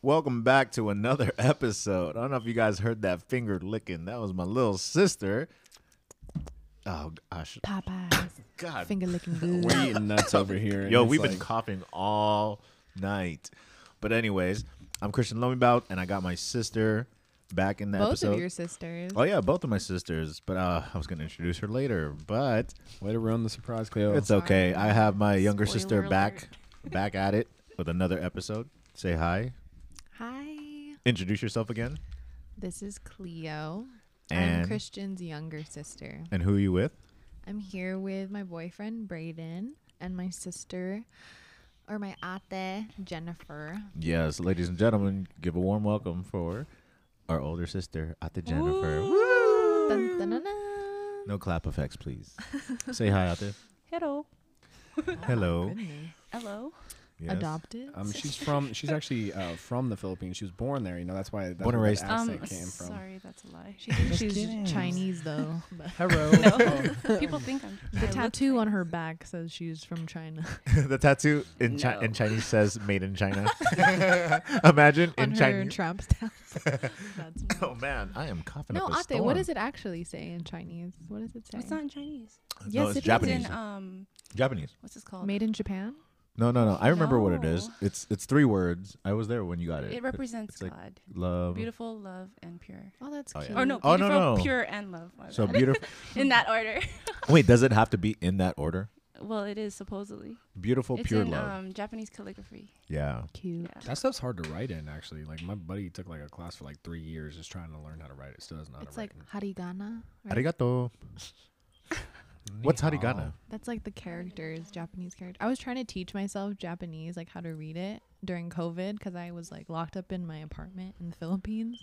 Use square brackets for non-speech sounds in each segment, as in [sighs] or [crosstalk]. Welcome back to another [laughs] episode. I don't know if you guys heard that finger licking. That was my little sister. Oh gosh, Popeyes. God. Finger [laughs] licking good. We're eating nuts over here. and Yo, it's we've been like- coughing all night. But anyways, I'm Christian Lumbout, and I got my sister back in the Both episode. of your sisters. oh yeah, both of my sisters. But uh, I was gonna introduce her later, but way to ruin the surprise, Cleo. it's okay. I have my younger sister Spoiler back, back at it with another episode. Say hi. Hi. Introduce yourself again. This is Cleo. I'm And Christian's younger sister. and who are you with? I'm here with my boyfriend Braden and my sister or my ate Jennifer. Yes, ladies and gentlemen, give a warm welcome for our older sister, Ate Jennifer. Dun, dun, dun, dun. No clap effects, [laughs] please. Say hi, Ate. Hello. [laughs] Hello. Goodness. Hello. Yes. Adopted. Um, she's from. She's actually uh, from the Philippines. She was born there. You know, that's why that's Born and where raised. that Um, accent came from. sorry, that's a lie. she thinks Just she's kidding. [laughs] Chinese though. but [laughs] Hello. Oh, No, people think I'm. the tattoo on her back says she's from China. [laughs] the tattoo in, chi- No. in Chinese says "Made in China." [laughs] Imagine on in her Chinese. tramp stamp. [laughs] [laughs] That's wild. oh man, I am coughing No, up a Ate, storm. what does it actually say in Chinese? What does it say? It's not in Chinese. No, Yes, it's it is. Japanese. It's in um, Japanese. what's this called? Made in Japan? No, no, no. I remember what it is. No. It's it's three words. I was there when you got it. It represents like God, love. beautiful, love, and pure. Oh, that's Oh, yeah. cute. Or no, Oh, beautiful, no, no. pure, and love. my So [laughs] bad. beautiful. in that order. Wait, does it have to be in that order? [laughs] well, it is supposedly. Beautiful, it's pure in love. um Japanese calligraphy. yeah. Cute. Yeah. That stuff's hard to write in, actually. Like my buddy took like a class for like three years just trying to learn how to write it. Still doesn't know how It's to like write. harigana. right? Arigato. Like, What's Harigana? That's like the characters, Japanese character. I was trying to teach myself Japanese, like how to read it during COVID because I was like locked up in my apartment in the Philippines.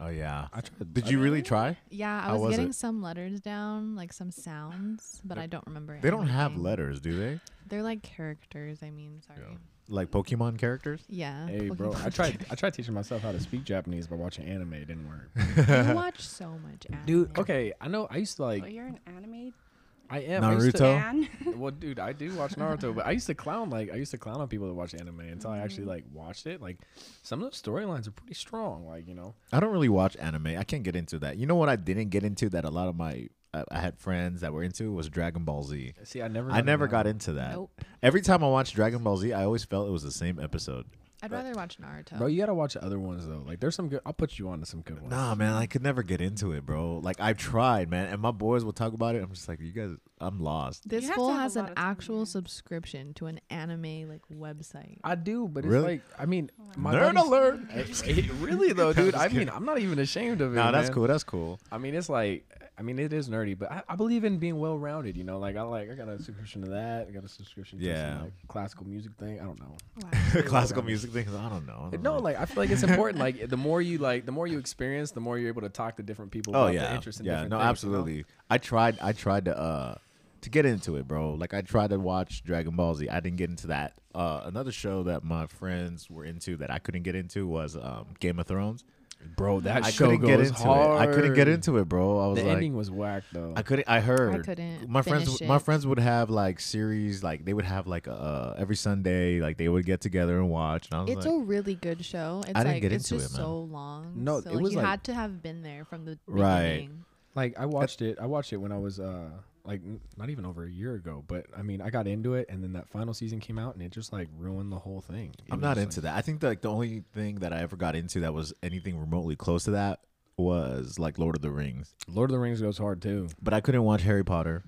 Oh yeah. I tried. Did I- you really try? Yeah, I How was, was getting it? some letters down, like some sounds, but I don't remember. They don't have anything. letters, do they? They're like characters. I mean, sorry. Like Pokemon characters? Yeah. Hey, Pokemon bro. I tried. characters. I tried teaching myself how to speak Japanese by watching anime. It didn't work. [laughs] you watch so much anime. Okay. I know. I used to oh, like. you're an anime I am. I used to- Naruto. fan. well, dude, I do watch Naruto, but I used to clown like I used to clown on people that watch anime until I Mm-hmm. actually like watched it. Like some of those storylines are pretty strong. Like you know, I don't really watch anime. I can't get into that. You know what I didn't get into that a lot of my uh, I, I had friends that were into was Dragon Ball Z. see, I never, I never got into that. Nope. Every time I watched Dragon Ball Z, I always felt it was the same episode. I'd rather watch Naruto. Bro, you gotta watch the other ones though. Like there's some good. I'll put you on to some good ones. Nah, man, I could never get into it, bro. Like I've tried, man, and my boys will talk about it. I'm just like, you guys, I'm lost. This You have to fool have a has an lot of time, actual yeah. subscription to an anime like website. I do, but Really? it's like I mean, my Nerd buddies- [laughs] alert! Hey, hey, really [laughs] though, dude. I mean, I'm not even ashamed of it. Nah, that's man. cool. That's [laughs] cool. I mean, it's like, I mean, it is nerdy, but I, I believe in being well-rounded. You know, like I like, I got a subscription to that. I got a subscription to Yeah. some like classical music thing. I don't know. Wow. Classical music things. I don't know. I don't No, know. like I feel like it's important. Like the more you like, the more you experience, the more you're able to talk to different people. oh about yeah their interests in yeah different no things, you know? absolutely i tried i tried to uh to get into it bro like i tried to watch dragon ball z i didn't get into that uh another show that my friends were into that i couldn't get into was um game of thrones Bro, that i show couldn't goes get into hard. it i couldn't get into it bro i was The like ending was whack though. I couldn't. I heard. couldn't My friends. finish w- My it. friends would have like series. Like they would have like uh every Sunday. Like they would get together and watch. And I was It's like, a really good show. It's I didn't like get it's into just it, man. so long. No, so, it like, was you like- had to have been there from the Right. beginning. like I watched it. I watched it when I was uh like n- not even over a year ago. But I mean, I got into it, and then that final season came out, and it just like ruined the whole thing. It I'm was not just into that. I think like the only thing that I ever got into that was anything remotely close to that was like Lord of the Rings. like, Lord of the Rings goes hard too. But I couldn't watch Harry Potter.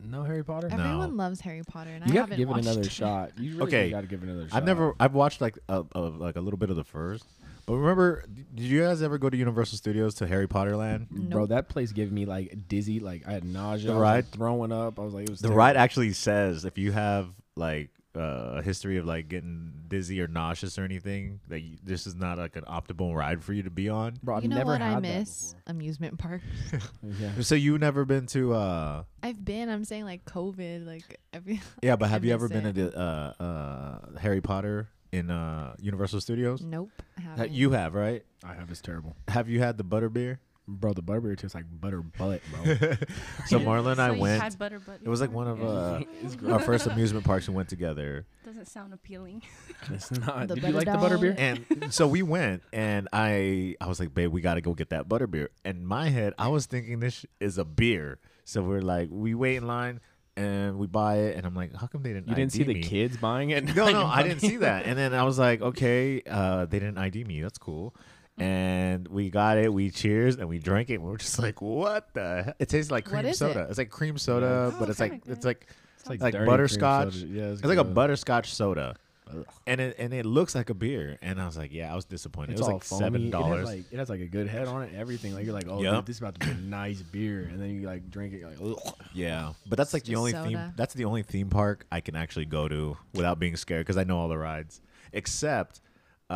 No Harry Potter. No. Everyone loves Harry Potter, and You I got to haven't give it watched [laughs] another shot. You really Okay. got to give it another shot. I've never. I've watched like a, a like a little bit of the first. But remember, did you guys ever go to Universal Studios to Harry Potter Land? Bro, that place gave me like dizzy. Like I had The nausea. I was, like, ride? throwing up. I was like, it was The terrible. ride actually says if you have like uh, a history of like getting dizzy or nauseous or anything, that you, this is not like an optimal ride for you to be on. Bro, I've you know never what had I that miss? Amusement parks. before. Yeah. So you've never been to? uh [laughs] I've been. I'm saying like COVID, like every. Yeah, but I have you ever miss been it. to uh, uh, Harry Potter in uh, Universal Studios? Nope, I Ha- haven't. You have, right? I have. It's terrible. Have you had the butterbeer? Bro, the butterbeer tastes like butter butt, [laughs] bro. So Marla and I [laughs] So you went. had butter butt It was like one of before? uh, [laughs] our first amusement parks we went together. Doesn't sound appealing. it's not. The Did you like the butter butterbeer? dog. And so we went, and I I was like, babe, we got to go get that butter beer. In my head, I was thinking this sh- is a beer. So we're like, we wait in line and we buy it. And I'm like, how come they didn't? You didn't see ID the me? kids buying [laughs] it? [laughs] No, Like, no, I didn't see fucking- that. And then I was like, okay, uh, they didn't ID me. That's cool. And we got it. We cheers and we drank it. And we were just like, what the? Hell? It tastes like What cream is soda. it? It's like cream soda, Oh, but it's kinda like good. it's like It's like, Like dirty cream butterscotch. soda. Yeah, it's like a good. butterscotch soda. And it and it looks like a beer. And I was like, yeah, I was disappointed. It's it was all like foamy. seven It, has dollars. like, it has like a good head on it, and everything. Like you're like, oh, Yup. dude, this is about to be a nice beer, and then you like drink it, you're like, ugh. yeah, [sighs] but that's like the just only theme. soda. That's the only theme park I can actually go to without being scared because I know all the rides. Except, uh,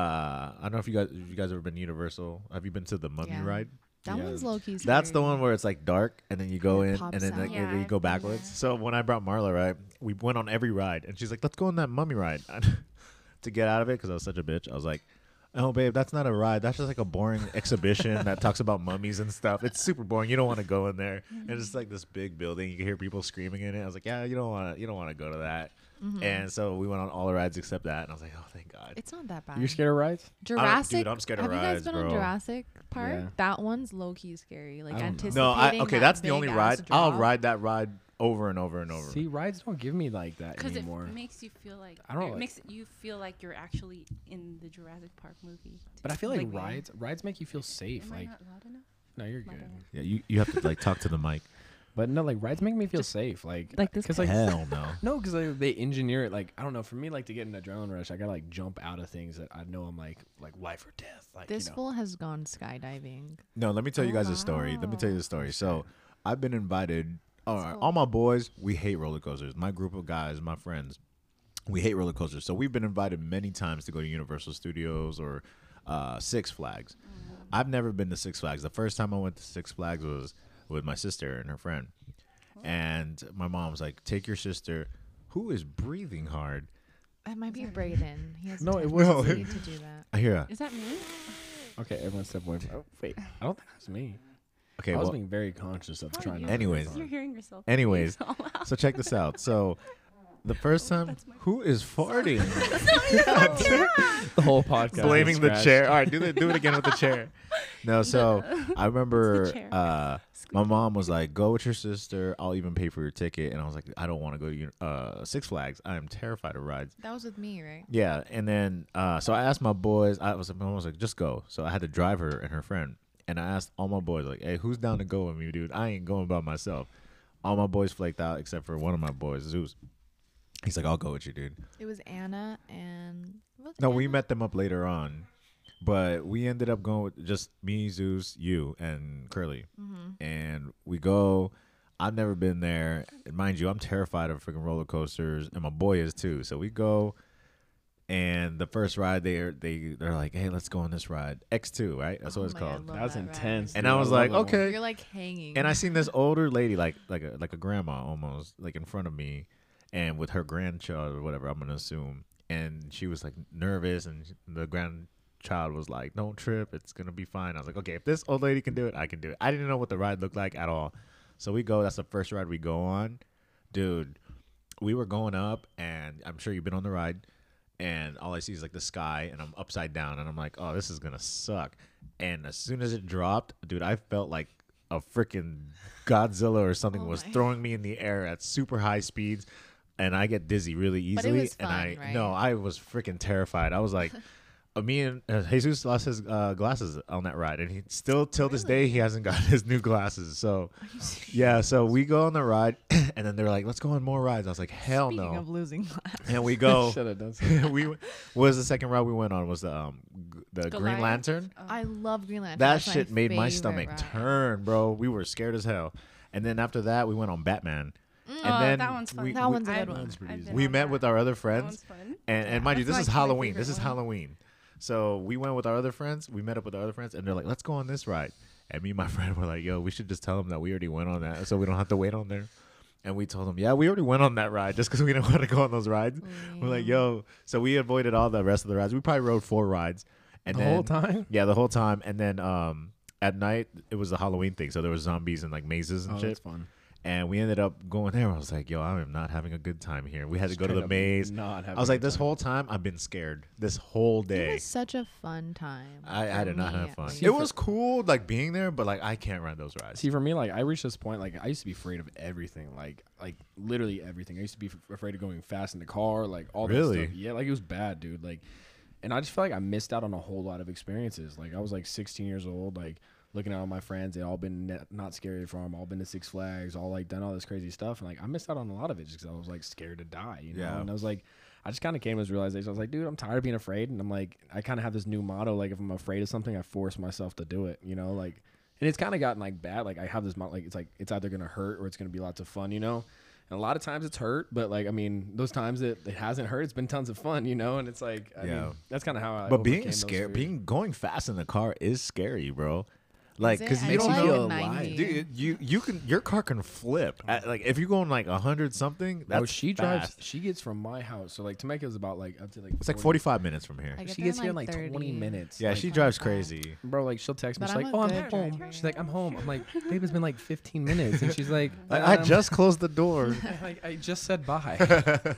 I don't know if you guys if you guys ever been to Universal. Have you been to the Mummy Yeah. ride? That Yeah. one's low key. That's the one where it's like dark, and then you go It in, pops and then out. like, Yeah, you I've go been backwards. there. So when I brought Marla, right, we went on every ride, and she's like, "Let's go on that mummy ride." [laughs] to get out of it, because I was such a bitch, I was like, "Oh, babe, that's not a ride. That's just like a [laughs] boring exhibition that talks about mummies and stuff. It's super boring. You don't want to go in there. And it's Mm-hmm. like this big building. You can hear people screaming in it. I was like, "Yeah, you don't want to. You don't want to go to that." Mm-hmm. And so we went on all the rides except that, and I was like, "Oh, thank God." It's not that bad. you're scared of rides? Jurassic. I'm scared of have you guys rides, been bro. on Jurassic Park? Yeah. That one's low key scary. Like I don't know. anticipating. no, I okay. that That's the only big-ass ride. I'll drop. ride that ride over and over and over. See, rides don't give me like that Because it anymore. makes you feel like I don't it like- makes you feel like you're actually in the Jurassic Park movie. but I feel like, why? rides rides make you feel safe. Am I Like, not loud enough? no, you're My good. bad. Yeah, you, you have to like talk to the [laughs] mic. But no, like rides make me feel safe. Like, like this Cause, like, Hell no. No, because like, they engineer it. Like I don't know. For me, like to get an adrenaline rush, I gotta like jump out of things that I know I'm like like life or death. Like This you know. fool has gone skydiving. [laughs] No, let me tell you Oh, guys a story. Let me tell you a story. So, I've been invited. All right, cool. all my boys, we hate roller coasters. My group of guys, my friends, we hate roller coasters. So we've been invited many times to go to Universal Studios or uh, Six Flags. I've never been to Six Flags. The first time I went to Six Flags was with my sister and her friend, and my mom's like, "Take your sister, who is breathing hard." That might be Brayden. He has No, no, it it wasn't. to do that. I hear. A, Is that me? Okay, everyone step away. From, oh wait, I don't think that's me. okay, I was well, being very conscious of Are trying. you? not to Anyways. breathe You're hard. hearing yourself. [laughs] Anyways, so loud. so check this out. So the first time, who is farting? the whole podcast Blaming is the scratched. chair. All right, do the, do it again with the chair. [laughs] No, so I remember chair. uh, my mom was like, "Go with your sister. I'll even pay for your ticket." And I was like, "I don't want to go to uni- uh, Six Flags. I am terrified of rides." That was with me, right? Yeah, and then uh, so I asked my boys. I was, my mom was like, "Just go." So I had to drive her and her friend, and I asked all my boys, like, "Hey, who's down to go with me, dude? I ain't going by myself." All my boys flaked out except for one of my boys, Zeus. He's like, "I'll go with you, dude." It was Anna and was it No, we Anna? met them up later on, but we ended up going with just me, Zeus, you, and Curly. Mm-hmm. And we go. I've never been there, And mind you. I'm terrified of freaking roller coasters, and my boy is too. So we go, and the first ride they are they they're like, hey, let's go on this ride X two, right? That's Oh what it's my God, I called. love That was ride. intense. And I was like, okay, You're like hanging. And I seen this older lady, like like a like a grandma almost, like in front of me, and with her grandchild or whatever. I'm gonna assume, and she was like nervous, and the grandchild was like, "Don't trip, it's gonna be fine." I was like, "Okay, if this old lady can do it, I can do it." I didn't know what the ride looked like at all, so we go. That's the first ride we go on, dude. We were going up, and I'm sure you've been on the ride. And all I see is like the sky, and I'm upside down, and I'm like, "Oh, this is gonna suck." And as soon as it dropped, dude, I felt like a freaking Godzilla or something Oh was my. throwing me in the air at super high speeds, and I get dizzy really easily. But it was and I fun, right? no, I was freaking terrified. I was [laughs] like, uh, me and uh, Jesus lost his uh, glasses on that ride, and he still till this day he hasn't got [laughs] his new glasses. So yeah, so we go on the ride, [clears throat] and then they're like, "Let's go on more rides." I was like, "Hell Speaking no!" of [laughs] losing class. [laughs] and we go. [laughs] Should have done something. we w- what was the second ride we went on was the um g- the Green Goliath? Lantern. Oh. I love Green Lantern. That That's my shit made my favorite stomach ride. turn, bro. We were scared as hell. And then after that, we went on Batman. and oh, then that one's fun. we, That we, one's a I've- good one. I've been we on met that. with our other That friends, one's fun. and, and mind you, this is That's my- my Halloween. favorite This is one. Halloween. So we went with our other friends. We met up with our other friends, and they're like, "Let's go on this ride." And me and my [laughs] friend were like, "Yo, we should just tell them that we already went on that, so we don't have to wait on there." And we told them, "Yeah, we already went on that ride, just because we didn't [laughs] want to go on those rides." We're like, "Yo," so we avoided all the rest of the rides. We probably rode four rides, and The then, whole time? yeah, the whole time. And then um, at night it was a Halloween thing, so there was zombies and like mazes and Oh, shit. that's fun. And we ended up going there. I was like, "Yo, I am not having a good time here." We had to Just go to straight the up maze. not I having was a like, good "This time. whole time, I've been scared. This whole It day, was such a fun time. I, I for did not me, have at fun. least. It was cool, like being there, but like I can't ride those rides. uh, See, for me, like I reached this point, like I used to be afraid of everything, like like literally everything. I used to be f- afraid of going fast in the car, like all that Really? stuff. Yeah, like it was bad, dude. Like, and I just feel like I missed out on a whole lot of experiences. Like I was like 16 years old, like looking at all my friends, they all been ne- not scary farm, all been to Six Flags, all like done all this crazy stuff, and like I missed out on a lot of it just because I was like scared to die, you know. Yeah. And I was like. I just kind of came to this realization. I was like, dude, I'm tired of being afraid. And I'm like, I kind of have this new motto. Like, if I'm afraid of something, I force myself to do it, you know? Like, and it's kind of gotten like bad. Like I have this mo- like it's like it's either gonna hurt or it's gonna be lots of fun, you know. And a lot of times it's hurt, but like I mean, those times that it hasn't hurt, it's been tons of fun, you know. And it's like, I Yeah. mean, that's kind of how I. but being overcame those scared, fears. being going fast in the car is scary, bro. Like, it? cause I you don't like know, the 90. dude. You you can your car can flip. At, like if you're going like hundred something, that's Bro, she drives. [laughs] fast. She gets from my house, so like Temecula is about like up to like. It's like forty five minutes from here. I get She there gets in, here in like like 20 30. minutes. Yeah, Like, she drives crazy. Bro, like she'll text me. But She's I'm like, a "Oh, I'm good at home." driver. She's like, "I'm home." I'm like, "Babe, it's been like 15 minutes," and she's [laughs] like, Like, I "Um, just closed the [laughs] door. like, I just said bye."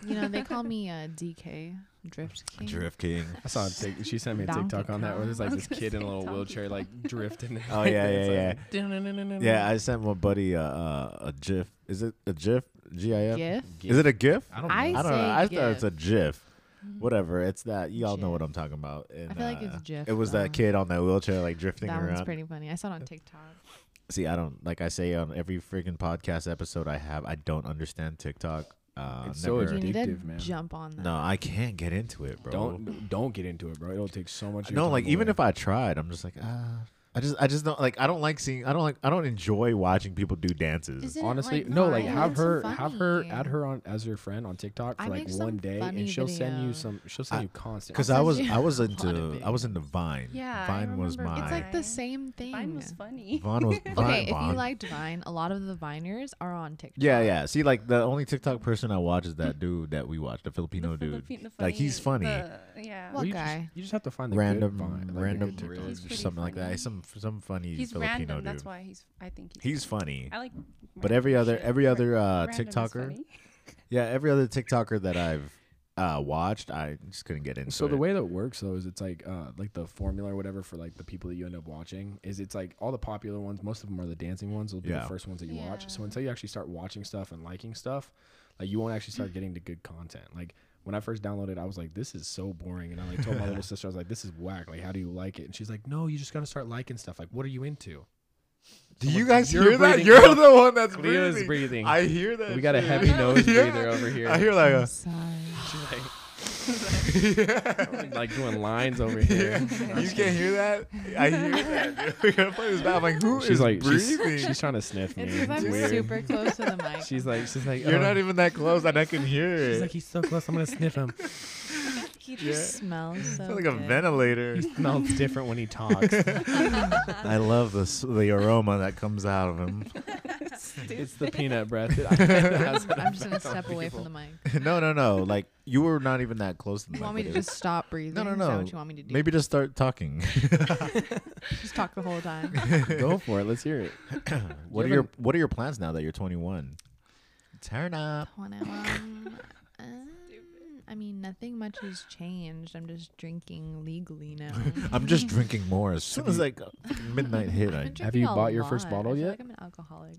You know, they [laughs] call me uh, DK, Drift King. Drift King. [laughs] I saw a tic- she sent me a Donkey TikTok on that where there's like Kong. this I was kid in a [laughs] gonna little say Donkey wheelchair like [laughs] drifting. Oh, yeah, It's yeah, like, [laughs] "Dun-dun-dun-dun-dun." Yeah, I sent my buddy uh, uh, a GIF. Is it a GIF? GIF? GIF? Is it a GIF? I don't know. I, I don't say know. I thought GIF. it's a GIF. Mm-hmm. Whatever. It's that. You all know what GIF. I'm talking about. And, I feel like it's uh, GIF, It was though. that kid on that wheelchair, like drifting That one's around. pretty funny. I saw it on TikTok. See, I don't like I say on every freaking podcast episode I have. I don't understand TikTok. Uh, It's so never- You need to addictive, man. jump on that. no, I can't get into it, bro. don't don't get into it, bro. It'll take so much. of your no, time like even away. if I tried, I'm just like, ah. I just, I just don't like. I don't like seeing. I don't like. I don't enjoy watching people do dances. Isn't it, honestly like, no, like fine? have It's so her have her funny. add her on as your friend on TikTok for I like make some one day, funny and she'll send you videos. some. She'll send I- you constant. Because I'll I send was you I [laughs] was a lot of into I was into Vine. Yeah, I Vine was remember mine. It's like Vine. the same thing. Mine was funny. Vine was Vine. [laughs] okay, if you Vine. liked Vine, a lot of the Viners are on TikTok. Yeah, yeah. See, like the only TikTok person I watch is that dude that we watch, the Filipino dude. Philippine- [laughs] the like he's funny, the- yeah. Well, you guy. Just, you just have to find the good random, Vine, like, the random, good TikTok. TikToks. He's or pretty something like funny. that. Some some funny he's Filipino random. dude. That's why he's. I think he's. He's funny. funny. I like. But every random other shit. every Ra- other uh, random is TikToker, funny. [laughs] yeah, every other TikToker that I've uh, watched, I just couldn't get into. So the it. way that it works though is it's like uh like the formula or whatever for like the people that you end up watching is it's like all the popular ones, most of them are the dancing ones, will be Yeah. the first ones that you watch. So Yeah. until you actually start watching stuff and liking stuff, like you won't actually start getting to good content. Like when I first downloaded, I was like, "This is so boring," and I like told my [laughs] little sister, "I was like, this is whack. Like, how do you like it?" And she's like, "No, you just gotta start liking stuff. Like, what are you into?" do someone- you guys you're hear that? breathing. You're the one that's Cleo's breathing. breathing. I hear that. we got a shit. heavy [laughs] nose Yeah. breather over here. I hear like [laughs] I'm a. sorry. like doing [laughs] lines over here. [laughs] You can't hear that? I hear that. Dude. [laughs] We're gonna play this back. I'm like, who is she's like, she's, breathing? she's trying to sniff me. It's because I'm It's weird. super close to the [laughs] mic. She's like, she's like, You're "Oh." not even that close, and I can hear it. She's like, he's so close. I'm gonna sniff him. he just smells so Sounds like a good. [laughs] ventilator. [laughs] He smells different when he talks. I love the s- the aroma that comes out of him. [laughs] it's the peanut breath. [laughs] It- I bet it has an I'm just gonna effect on step away from people. the mic. no, no, no. Like you were not even that close to the You want me mic, to but it- just stop breathing? no, Is that no. what you want me to [laughs] do? Maybe just start [laughs] talking. [laughs] just talk the whole time. Go for it. Let's hear it. [coughs] what are You [laughs] your haven't- What are your plans now that you're 21? Turn up. When I, um, um, I mean, nothing much has changed. I'm just drinking legally [laughs] now. I'm just drinking more. As soon as like midnight hit, I've I [laughs] been Have you drinking a bought your first lot. bottle I feel yet? Like I'm an alcoholic.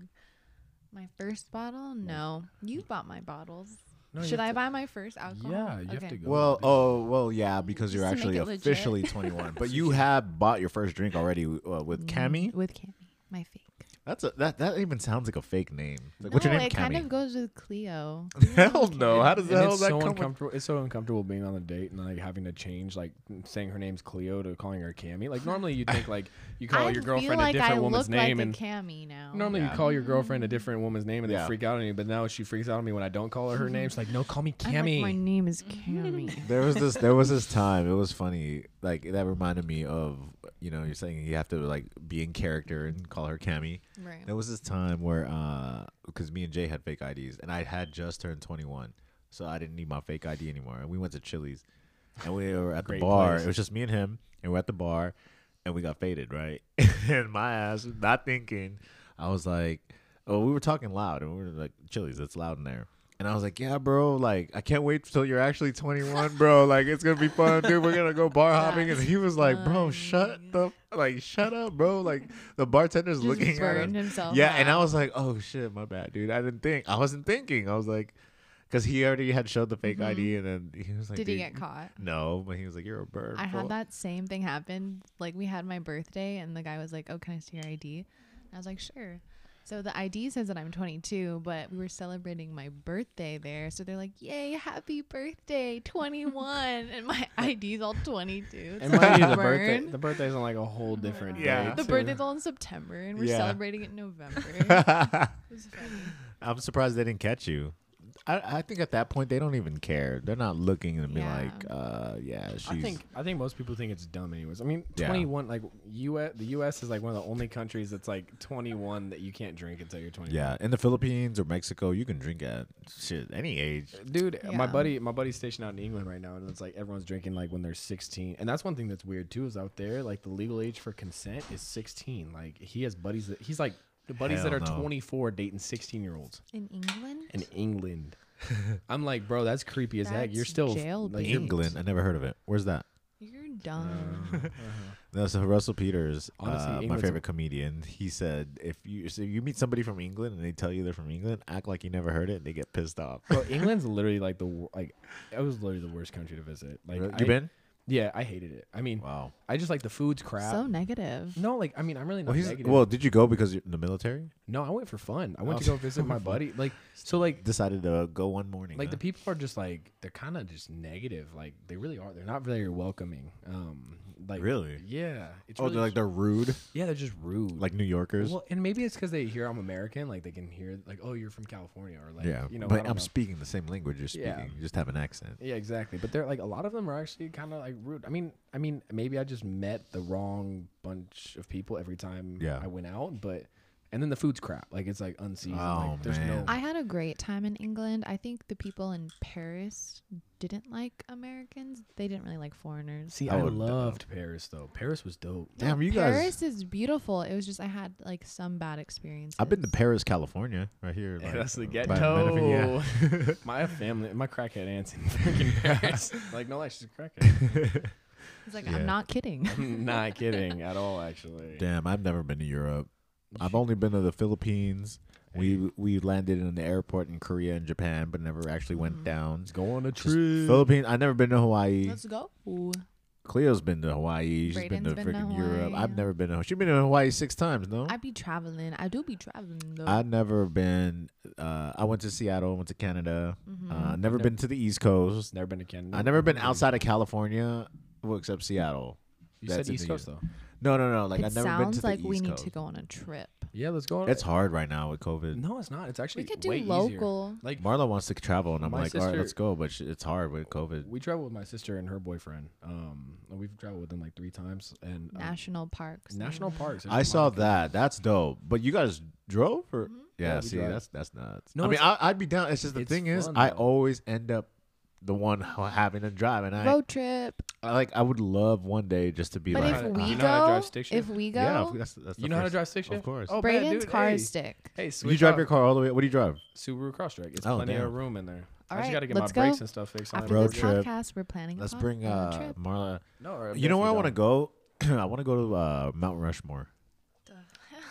My first bottle? No. You bought my bottles. [laughs] No, you Should have I to- buy my first alcohol? Yeah, you have Okay. to go. well, dude. oh, well, yeah, because you're Just to actually make it legit. officially 21. But [laughs] you have bought your first drink already uh, Mm. with Cammy. Mm, With Cammy, my fake. That's a, that that even sounds like a fake name. Like, what's your no, name, it Cammy? kind of goes with Cleo. [laughs] Hell no! How does the And hell it's that come? so with- uncomfortable. It's so uncomfortable being on a date and like having to change, like saying her name's Cleo to calling her Cammy. Like normally you think like you call I your feel girlfriend like a different I woman's look name like and a Cammy now. Normally, Yeah. you call your girlfriend a different woman's name and they Yeah. freak out on you, but now she freaks out on me when I don't call her her name. She's like, "No, call me I'm like, Cammy." my name [laughs] is Cammy. There was this there was this time it was funny like that reminded me of you know you're saying you have to like be in character and call her Cammy. [laughs] right. There was this time where uh because me and Jay had fake IDs and I had just turned 21 so I didn't need my fake ID anymore and we went to Chili's and we were at the Great bar place. it was just me and him and we're at the bar and we got faded, right? [laughs] and my ass, not thinking, I was like, oh, we were talking loud, and we were like, Chili's, it's loud in there. And I was like, yeah, bro, like, I can't wait till you're actually 21, bro. Like, it's gonna be fun, dude. We're gonna go bar hopping. And he was like, bro, shut the, like, shut up, bro. Like, the bartender's Just looking at us. burned himself. Yeah, and I out. was like, oh shit, my bad, dude. I didn't think. I wasn't thinking. I was like, because he already had showed the fake Mhm. ID, and then he was like, Did he "Dude, get caught? No, but he was like, you're a bird. I fool." [laughs] had that same thing happen. Like we had my birthday, and the guy was like, "Oh, can I see your ID?" And I was like, "Sure." So the ID says that I'm 22, but we were celebrating my birthday there. So they're like, "Yay, happy birthday, 21!" and [laughs] my ID's all 22. It's And mind you, the like, birthday, [laughs] burn. the birthday's on like a whole different Yeah. day. The too. birthday's all in September, and we're Yeah. celebrating it in November. [laughs] it was funny. I'm surprised they didn't catch you. I, I think at that point they don't even care. They're not looking and be Yeah. like, uh, yeah, she's. I think I think most people think it's dumb anyways. I mean, Yeah. 21 like US the US is like one of the only countries that's like 21 that you can't drink until you're 21. yeah, in the Philippines or Mexico, you can drink at shit any age. Dude, Yeah. my buddy my buddy's stationed out in England right now and it's like everyone's drinking like when they're 16. And that's one thing that's weird too is out there like the legal age for consent is 16. Like he has buddies that he's like the buddies that Hell are no. 24 dating 16 year olds In England, in [laughs] England. I'm like, bro, that's creepy as heck. You're That's still jail like, you're- England, I never heard of it. Where's that? you're dumb. No, so Russell Peters, Honestly, uh, my England's a- favorite comedian, he said if you so you meet somebody from England and they tell you they're from England, act like you never heard it, and they get pissed off. [laughs] Bro, England's literally like the wor- like it was literally the worst country to visit. [laughs] Like you I- been? Yeah, I hated it. I mean, Wow. I just like the food's crap. So negative. no, like I mean, I'm really not Well, he's, negative. well, did you go because you're in the military? no, I went for fun. I went Oh. to go [laughs] visit my buddy. Like so, like Decided to go one morning. like the huh? people are just like they're kind of just negative. Like they really are. They're not very welcoming. Um, like Really? yeah. It's oh, really they're like just- they're rude, yeah, they're just rude. like New Yorkers. well, and maybe it's because they hear I'm American. Like they can hear like oh you're from California or like yeah, you know. I but don't I'm know. speaking the same language you're speaking. Yeah. You just have an accent. Yeah, exactly. But they're like a lot of them are actually kind of like rude. I mean, I mean, maybe I just met the wrong bunch of people every time Yeah. I went out. But and then the food's crap. Like it's like unseasoned. Oh, like, there's man. no. I had a great time in England. I think the people in Paris didn't like Americans. They didn't really like foreigners. See, I I would- uh, loved Paris though. Paris [laughs] was dope. Damn, you guys. Paris is beautiful. It was just I had like some bad experiences. I've been to Paris, California, right here. like, [laughs] that's the by Menifee, yeah. ghetto. [laughs] my family, my crackhead aunt's [laughs] in freaking Paris. like no, she's [laughs] a crackhead. [laughs] It's like Yeah. I'm [laughs] not kidding. I'm not kidding at all. Actually, Damn, I've never been to Europe. I've only been to the Philippines. We we landed in the airport in Korea and Japan, but never actually went Mm-hmm. down. go on a Just Philippines. I've never been to Hawaii. Let's go. Cleo's been to Hawaii. She's been to Brayden's been to freaking Europe. I've Hawaii. never been to. She's been to Hawaii six times. No, I be traveling. I do be traveling though. I've never been. Uh, I went to Seattle. Went to Canada. Mm-hmm. Uh, never been to the East Coast. Never been to Canada. I've never been outside of California, well, except Seattle. You That's said in East the Coast U- though. No, no, no. Like it I've never been sounds to the like East we need Coast. to go on a trip. Yeah, let's go on. It's hard right now with COVID. No, it's not. It's actually We could do way easier. local. Like Marla wants to travel, and I'm My like, all right, sister- let's go. But sh- it's hard with COVID. we travel with my sister and her boyfriend. Um, and we've traveled with them like three times and Uh, um, National parks. national parks. There's I a saw lot of- that. That's dope. But you guys drove, or Mm-hmm. yeah, Yeah, we see, drove. that's that's nuts. No, I mean, it's- I, I'd be down. It's just the it's thing is, fun, I though. always end up the one [laughs] h- having to drive, and I, Road trip. I like. I would love one day just to be But like, Ah. if You we know go, how to drive stick if shift? we go, yeah, that's, that's the You know how to first- drive stick shift? Of course. Oh, bad, Brayden's dude. car hey. is stick. Hey, you sweet drive car- your car all the way. What do you drive? Subaru Crosstrek. It's Oh, plenty damn. of row room in there. All I right, just got to get let's my brakes go. and stuff fixed. on After road this [laughs] trip. podcast, we're planning. a Let's pod- bring a road uh, trip. Marla. No, I'm You know where I definitely want to down. go? [clears throat] I want to go to uh, Mount Rushmore.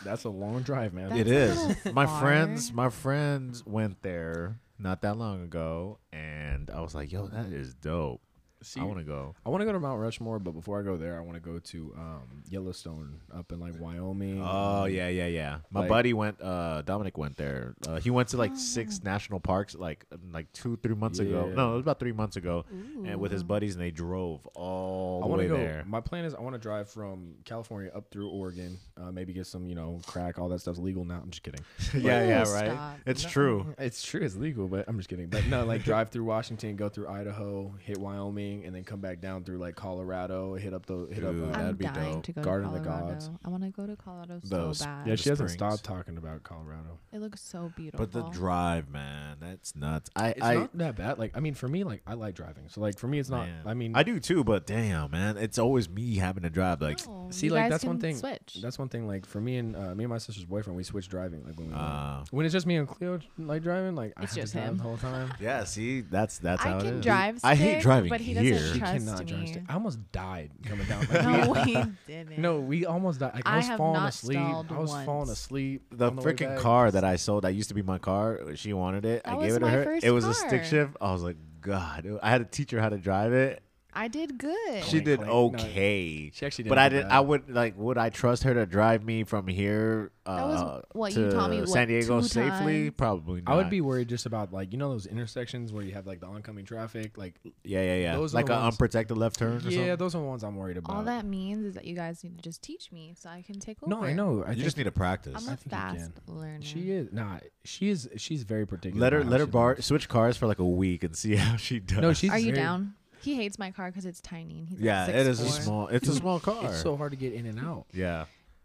That's a long drive, man. That's it a is. little My far. friends, my friends went there not that long ago, and I was like, "Yo, that is dope. See, I want to go." I want to go to Mount Rushmore, but before I go there, I want to go to um, Yellowstone up in like Wyoming. Oh yeah, yeah, yeah. My Like- buddy went. Uh, Dominic went there. Uh, he went to like six national parks, like like two, three months ago. Yeah. No, it was about three months ago, and with his buddies, and they drove all I the want way to go. there. My plan is I want to drive from California up through Oregon, uh, maybe get some, you know, crack, all that stuff's legal now. I'm just kidding. [laughs] yeah, yeah, right. Ooh, stop. It's true. It's true, it's legal, but I'm just kidding. But no, like drive through Washington, go through Idaho, hit Wyoming, Wyoming, and then come back down through like Colorado, hit up the hit Dude, up. Uh, I'm that'd be dying dope. to go Garden of to the Colorado. Gods. I want to go to Colorado Those- so bad. yeah, the she hasn't springs. stopped talking about Colorado. It looks so beautiful. But the drive, man, that's nuts. I It's I, not that bad. Like I mean, for me, like I like driving, so like for me, it's not. man. I mean, I do too, but damn, man, it's always me having to drive. Like, No, see, you like guys that's one can thing. Switch. That's one thing. Like for me and uh, me and my sister's boyfriend, we switch driving. Like when we uh, when it's just me and Cleo, like driving, like It's I have just to drive him. the whole time. yeah, see, that's that's how I it can is. drive. I hate stick, driving but [laughs] he here. doesn't She trust cannot drive. me. stick. I almost died coming down. Like, [laughs] [laughs] we- [laughs] no, we didn't. No, we almost died. Like, I, I was have falling not asleep. stalled I was falling once. asleep. The on way freaking back. car that I sold that used to be my car, she wanted it. That I gave was it to my her. first it was a stick car. shift. I was like, God, I had to teach her how to drive it. I did good. She Clank, did clank. No, okay. She actually did. But I did. I would like. Would I trust her to drive me from here uh, That was what to you taught me, what, San Diego two safely? times? Probably. Not. I would be worried just about like you know those intersections where you have like the oncoming traffic. Like Yeah, yeah, yeah. Those are like the an ones- unprotected left turn. Or yeah, something? those are the ones I'm worried about. All that means is that you guys need to just teach me so I can take over. No, I know. I you just think need to practice. I'm I a think you fast learner. She is nah. She is. She's very particular. let her about let how her she bar lives. switch cars for like a week and see [laughs] how she does. No, she's. Are you very- down? He hates my car because it's tiny and he's Yeah, Like it is a 6'4". small. It's a small car. It's so hard to get in and out. yeah,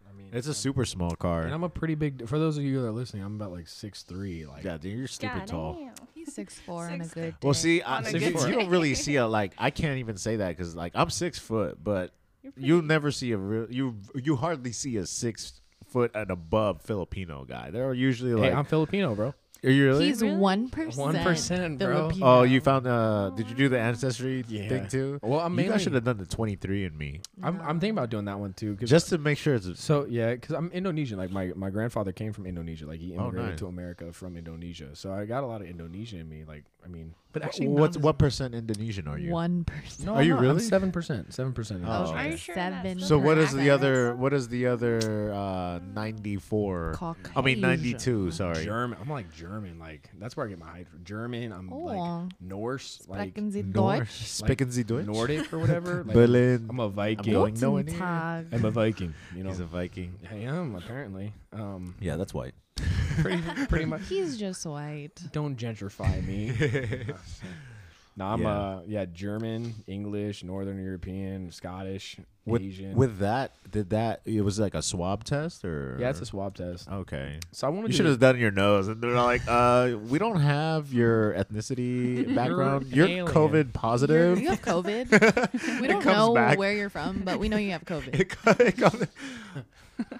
I mean, it's a super small And car. I'm a pretty big. For those of you that are listening, I'm about like six three. Like Yeah, dude, you're stupid God tall. damn. He's six four on a Six- good day. Well, see, I, On a you, good you don't day. really see a like. I can't even say that because like I'm six foot, but You're pretty- you never see a real you you hardly see a six foot and above Filipino guy. They're usually Hey, like, I'm Filipino, bro. are you really? he's Really? one percent. 1%, bro. oh, you found uh, did you do the ancestry Yeah. thing too? Well, I'm you mainly. guys should have done the 23 and me I'm, I'm thinking about doing that one too. Cause just to make sure it's. So yeah, because I'm Indonesian. Like my, my grandfather came from Indonesia. Like he immigrated Oh, nice. to America from Indonesia. So I got a lot of Indonesian in me. Like I mean, but actually, what's not what percent Indonesian are you? One percent. No, Are you I'm not. I'm really? seven percent? Seven percent. Oh, Are you okay. sure that's Seven the So what correct is the other? accent? What is the other uh, 94? Caucasian. I mean 92. Sorry. German. I'm like German. Like that's where I get my height. from. German. I'm Oh. like Norse. Like Sprechen Sie Deutsch? Norse. Speaking Sie Deutsch? Nordic or whatever. [laughs] Like, Berlin. I'm a Viking. going Guten nowhere near. Tag. I'm a Viking. You know. He's a Viking. I am apparently. [laughs] Um, Yeah, that's white. pretty pretty much. [laughs] He's just white. Don't gentrify [laughs] me. no, I'm Yeah. uh yeah German, English, Northern European, Scottish, With Asian. with that, did that? It was like a swab test, or yeah, it's a swab test. okay. So I want You to should have done your nose, and they're like, "Uh, we don't have your ethnicity background. an You're alien. COVID positive." You have COVID. we don't comes know back. where you're from, but we know you have COVID. [laughs] It co- [laughs] it comes-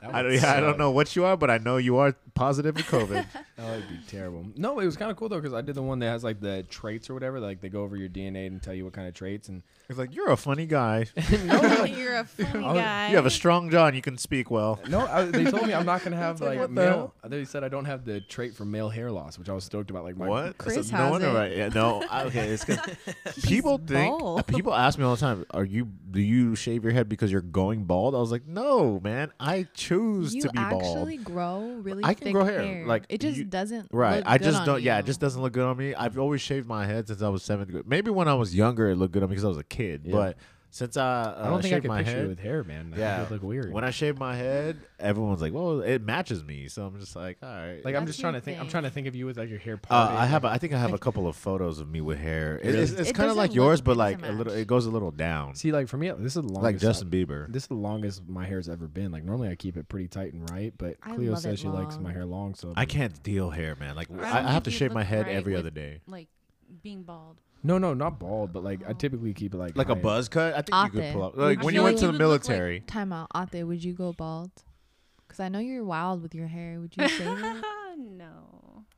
I don't, yeah, I don't know what you are, but I know you are positive for COVID. That would be terrible. No, it was kind of cool though because I did the one that has like the traits or whatever. Like they go over your DNA and tell you what kind of traits [laughs] and it's like you're a funny guy. you're a [laughs] funny I was- guy. You have a strong jaw and you can speak well. No, I, they told me I'm not gonna have like what the male. They said I don't have the trait for male hair loss, which I was stoked about. Like my What? Chris no has wonder. it. Right? Yeah, no. [laughs] I- Okay. It's good. people think. uh, bald. People ask me all the time. Are you? Do you shave your head because you're going bald? I was like, no, man. I choose You to be bald. actually grow really I can thick grow hair, like, it just you- doesn't Right. look I good just on don't. Yeah, it you. just doesn't look good on me. I've always shaved my head since I was seventh grade. Maybe when I was younger, it looked good on me because I was a kid. Yeah. But since I, uh, I don't think I shaved could my picture you head, with hair, man. Like, Yeah. yeah, look weird. when I shaved my head, everyone's like, "Well, it matches me." So I'm just like, "All right." like I'm That's just trying your to think. I'm thing. trying to think of you with like your hair uh, parted. I have. A, I think I have a couple of photos of me with hair. It- It's, Really? it's It kind of doesn't like look- yours, but it like doesn't a little. match. It goes a little down, See, like for me, this is the longest. like Justin I- Bieber. This is the longest my hair's ever been. Like normally I keep it pretty tight and right, but I Cleo love says it she likes my long. hair long, so I can't deal hair, man. Like I I, I don't have think to you shave look my head right every with- other day. Like being bald. no, no, not bald, but like I typically keep it like Like a high. buzz cut, I think you could Ate. pull up. Would Like you- when you I went to the feel like you look like- military. Time out, Ate. Would you go bald? Because I know you're wild with your hair. Would you shave [laughs] it? no.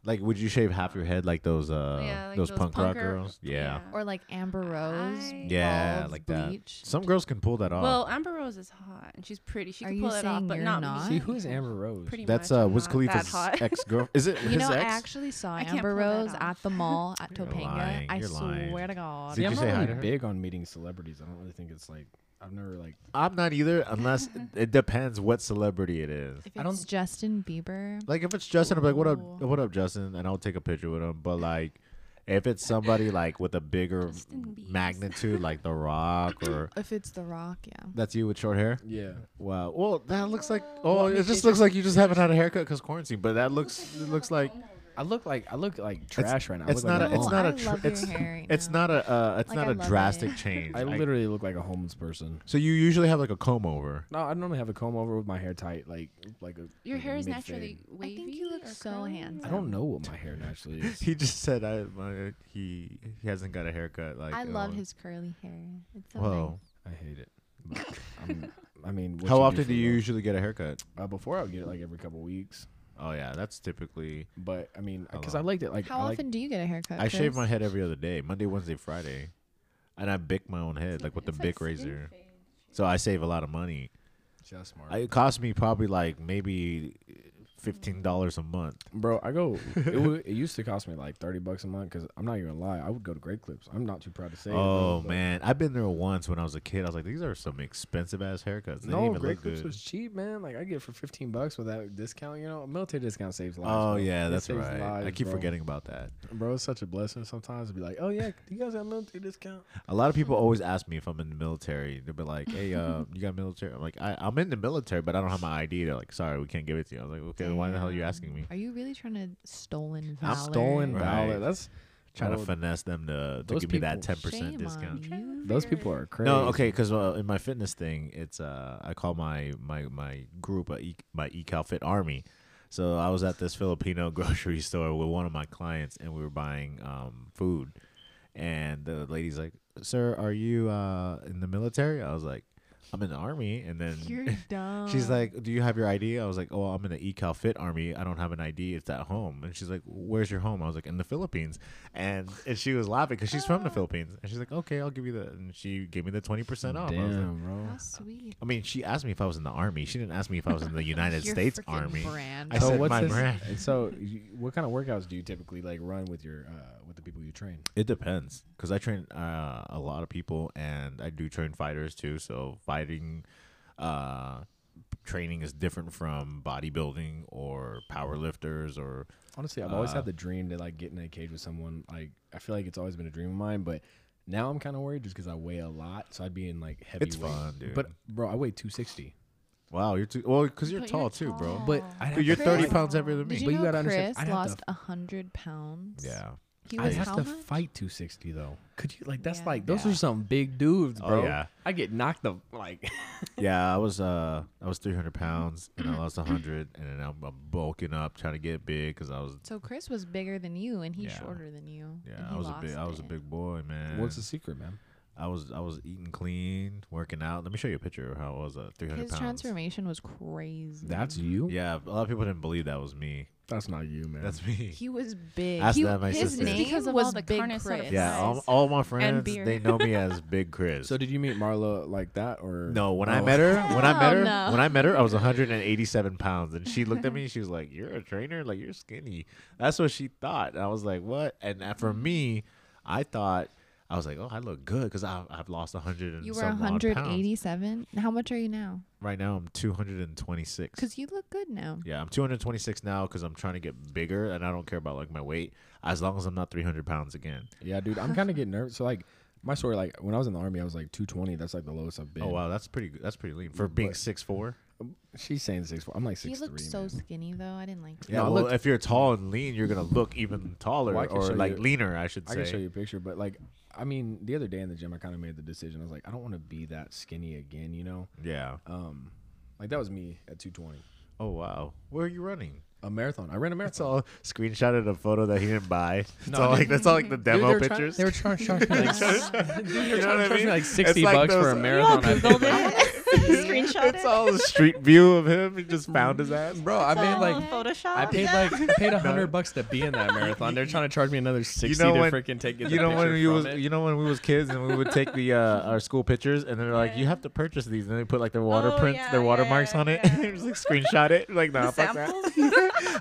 Like, would you shave half your head like those uh Yeah, like those, those punk rock punker- girls? Yeah, Or like Amber Rose? I- yeah, bald, like bleach? that. Some girls can pull that off. Well, Amber Rose is hot and she's pretty. She Are can you pull it off, saying but you're not, not? See who's Amber Rose? Pretty that's much. uh I'm Wiz not that Khalifa's hot. ex girl. Is [laughs] it You his know, I ex? actually saw I can't Amber pull that Rose off. at the mall at [laughs] You're Topanga. lying, I you're lying. swear to God. Did yeah, you I'm say not hi really to her? big on meeting celebrities. I don't really think it's like I've never like I'm not either, [laughs] unless it depends what celebrity it is. If I it's don't- Justin Bieber, Like if it's Justin, I'm like, what up, Ooh. what up, Justin, and I'll take a picture with him. But like, if it's somebody like with a bigger Justin Biebs. magnitude, like The Rock, or if it's The Rock, yeah. that's you with short hair. yeah. Wow. Well, that looks like. Well, Oh, I mean, it just it Oh, looks like you just haven't had a haircut because quarantine. But that looks. It looks like. I look like I look like trash right now. I it's look not like a, it's No, not Oh, I a tr- love your it's, hair right it's now. not a uh, it's Like, not I a love drastic it. change. I I- literally look like a homeless person. so you usually have like a comb over. No, I normally have a comb over with my hair tight, like like a. Your like a hair is mid-fade. naturally wavy. think you look or so curly? handsome. I don't know what my hair naturally is. [laughs] He just said I my, he he hasn't got a haircut like I in a love long- his curly hair. It's so Whoa. I hate it. But I'm, I mean, what How you often for do you love- usually get a haircut? Uh, before I would get it like every couple weeks, Oh yeah, that's typically but I mean, because Hello. I liked it. Like nice. How I like, often do you get a haircut? I shave Chris? my head every other day, Monday, Wednesday, Friday, and I bick my own head like with the It's bic like razor. skin fade. So I save a lot of money. Just smart. I- It cost me probably like maybe fifteen dollars a month. Bro, I go. [laughs] It, w- it used to cost me like thirty bucks a month because I'm not even gonna lie. I would go to Great Clips. I'm not too proud to say. it, bro, Oh but- man, I've been there once when I was a kid. I was like, these are some expensive ass haircuts. They no, didn't even Great look Clips good. was cheap, man. Like I get for fifteen bucks without a discount. You know, a military discount saves lives. Oh bro. yeah, It that's saves right. I lives, keep bro. forgetting about that. bro. It's such a blessing sometimes to be like, oh [laughs] yeah, do you guys have military discount? A lot of people always ask me if I'm in the military. They'll be like, "Hey, uh, you got military?" I'm like, I, "I'm in the military, but I don't have my ID." They're like, "Sorry, we can't give it to you." I was like, "Okay, then why the hell are you asking me?" Are you really trying to stolen valor? [laughs] Stolen Right. valor. That's Trying to bro, finesse them to, to Those give me that ten Shame percent on discount. you. Those people are crazy. No, okay, because uh, in my fitness thing, it's uh, I call my my my group a e- my eCal Fit Army. So I was at this Filipino [laughs] grocery store with one of my clients, and we were buying um, food. And the lady's like, "Sir, are you uh, in the military?" I was like, "I'm in the army." And then [laughs] [laughs] You're dumb. she's like, "Do you have your ID?" I was like, "Oh, I'm in the eCal Fit Army. I don't have an ID. It's at home." And she's like, "Where's your home?" I was like, "In the Philippines." And, and she was laughing because she's from the Philippines. And she's like, "Okay, I'll give you the." And she gave me the twenty percent off. I, was like, Damn, bro. how sweet. I mean, she asked me if I was in the army. She didn't ask me if I was in the United Your States frickin' Army. Brand. I said my this- brand. and so, you- what kind of workouts do you typically like run with your uh, with the people you train? It depends because I train uh, a lot of people, and I do train fighters too. So fighting uh, training is different from bodybuilding or powerlifters or Honestly, I've always Uh, had the dream to like get in a cage with someone. Like, I feel like it's always been a dream of mine, but now I'm kind of worried just because I weigh a lot, so I'd be in like heavy. It's weight. fun, dude. But bro, I weigh 260. wow, you're too well because you're But tall you're too, bro. tall. But Aw. I'd Dude, you're to Chris, 30 fight- pounds heavier than Ah. Did me. you But you know gotta understand, Chris I'd have lost to- a hundred pounds? Yeah, He I'd was have how to much? fight 260 though. Could you like? That's Yeah. like those Yeah. are some big dudes, Oh, bro. yeah. I get knocked the like. yeah. I was uh, I was 300 pounds and I lost 100, and then I'm, I'm bulking up, trying to get big because I was So Chris was bigger than you, and he's Yeah. shorter than you. yeah, and he I was a lost big, I was a it. big boy, man. [laughs] What's the secret, man? I was I was eating clean, working out. Let me show you a picture of how I was uh, 300 His pounds. transformation was crazy. That's you. Yeah, a lot of people didn't believe that was me. That's not you, man. That's me. He was big. Ask he, that, my his sister. name Because of was all the Big carne Chris. asada yeah, all, Nice. all my friends beer. they know [laughs] me as Big Chris. So did you meet Marla like that or no, when I Oh. met her, when I met her, Hell no. when I met her, I was 187 pounds, and she looked at me. and She was like, "You're a trainer, like you're skinny." That's what she thought. And I was like, "What?" And uh, for me, I thought I was like, "Oh, I look good because I've, I've lost 100 and You were some odd pounds." 187. How much are you now? Right now, I'm 226. Because you look good now. Yeah, I'm 226 now because I'm trying to get bigger, and I don't care about like my weight as long as I'm not 300 pounds again. Yeah, dude, I'm kind of getting nervous. So like, my story, like when I was in the army, I was like 220. That's like the lowest I've been. Oh wow, that's pretty. good. That's pretty lean for being But- six four. She's saying six four. I'm like He six looked so skinny though. I didn't like. Yeah, No, well, look- if you're tall and lean, you're gonna look even taller Well, I can or show like you- leaner, I should I say. can show you a picture, but like, I mean, the other day in the gym, I kind of made the decision. I was like, I don't want to be that skinny again. You know, Yeah. um, like that was me at 220. Oh wow, where are you running? A marathon. I ran a That's marathon. all screenshotted a photo that he didn't [laughs] buy. It's No, all dude. like that's all like the Dude, demo they were trying- pictures. [laughs] they were trying to charge me like, You know what I charge mean? me like It's 60 like bucks [laughs] for those- a marathon. I paid, like- Screenshot It's all a street view of him. He just found his ass. Bro, I paid like like Photoshop. I paid like I [laughs] paid a hundred bucks to be in that marathon. They're trying to charge me another sixty know to when- freaking take it. you know when we you was you know when we was kids and we would take the uh, our school pictures and they're like Yeah. you have to purchase these and they put like their water Oh, prints yeah, their watermarks yeah, on it [laughs] yeah. and just like screenshot it like nah fuck that [laughs] samples.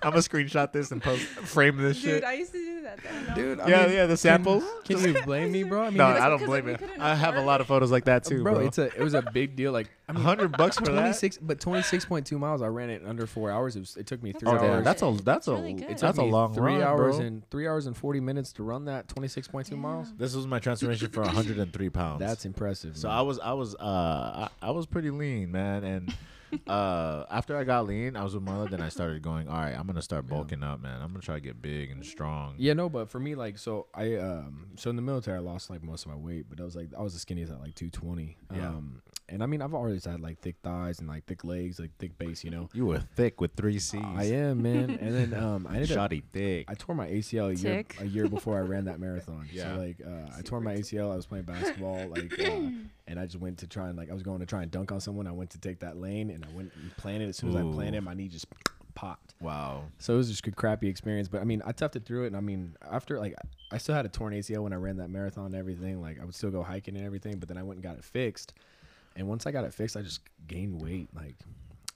I'm gonna screenshot this and post frame this Dude, shit I used to do that. Though. dude. I yeah mean, yeah the samples Can you blame me, bro? I mean, no it's- I don't because blame we it couldn't I have a afford lot of photos like that too bro, Uh, bro, it's a it was a big deal. Like I mean, hundred bucks for twenty that six, but twenty six point two miles. I ran it in under four hours. It, was, it took me three oh hours. damn that's a It's that's really a good. It took that's a me long three run, hours bro. and three hours and forty minutes to run that twenty six point two miles. this was my transformation for [laughs] 103 pounds That's impressive. So [laughs] man. I was I was uh I, I was pretty lean, man, and uh, after I got lean, I was with Marla. Then I started going. All right, I'm gonna start bulking up, man. I'm gonna try to get big and strong. Yeah, no, but for me, like, so I, um, so in the military, I lost like most of my weight, but I was like, I was the skinniest at like 220. Yeah. Um, and I mean, I've always had like thick thighs and like thick legs, like thick base, you know. You were thick with three C's. I am, man. And then, um, I ended up, Shoddy thick. I tore my ACL a year, Tick. a year before I ran that marathon. Yeah. So like, uh, I tore my ACL. I was [laughs] playing basketball, like, uh, and I just went to try and like, I was going to try and dunk on someone. I went to take that lane, and I went and planted. As soon as I Ooh. planted, my knee just popped. wow. So it was just a crappy experience. But I mean, I toughed it through it. And I mean, after like, I still had a torn ACL when I ran that marathon and everything. Like, I would still go hiking and everything. But then I went and got it fixed. And once I got it fixed, I just gained weight. Like,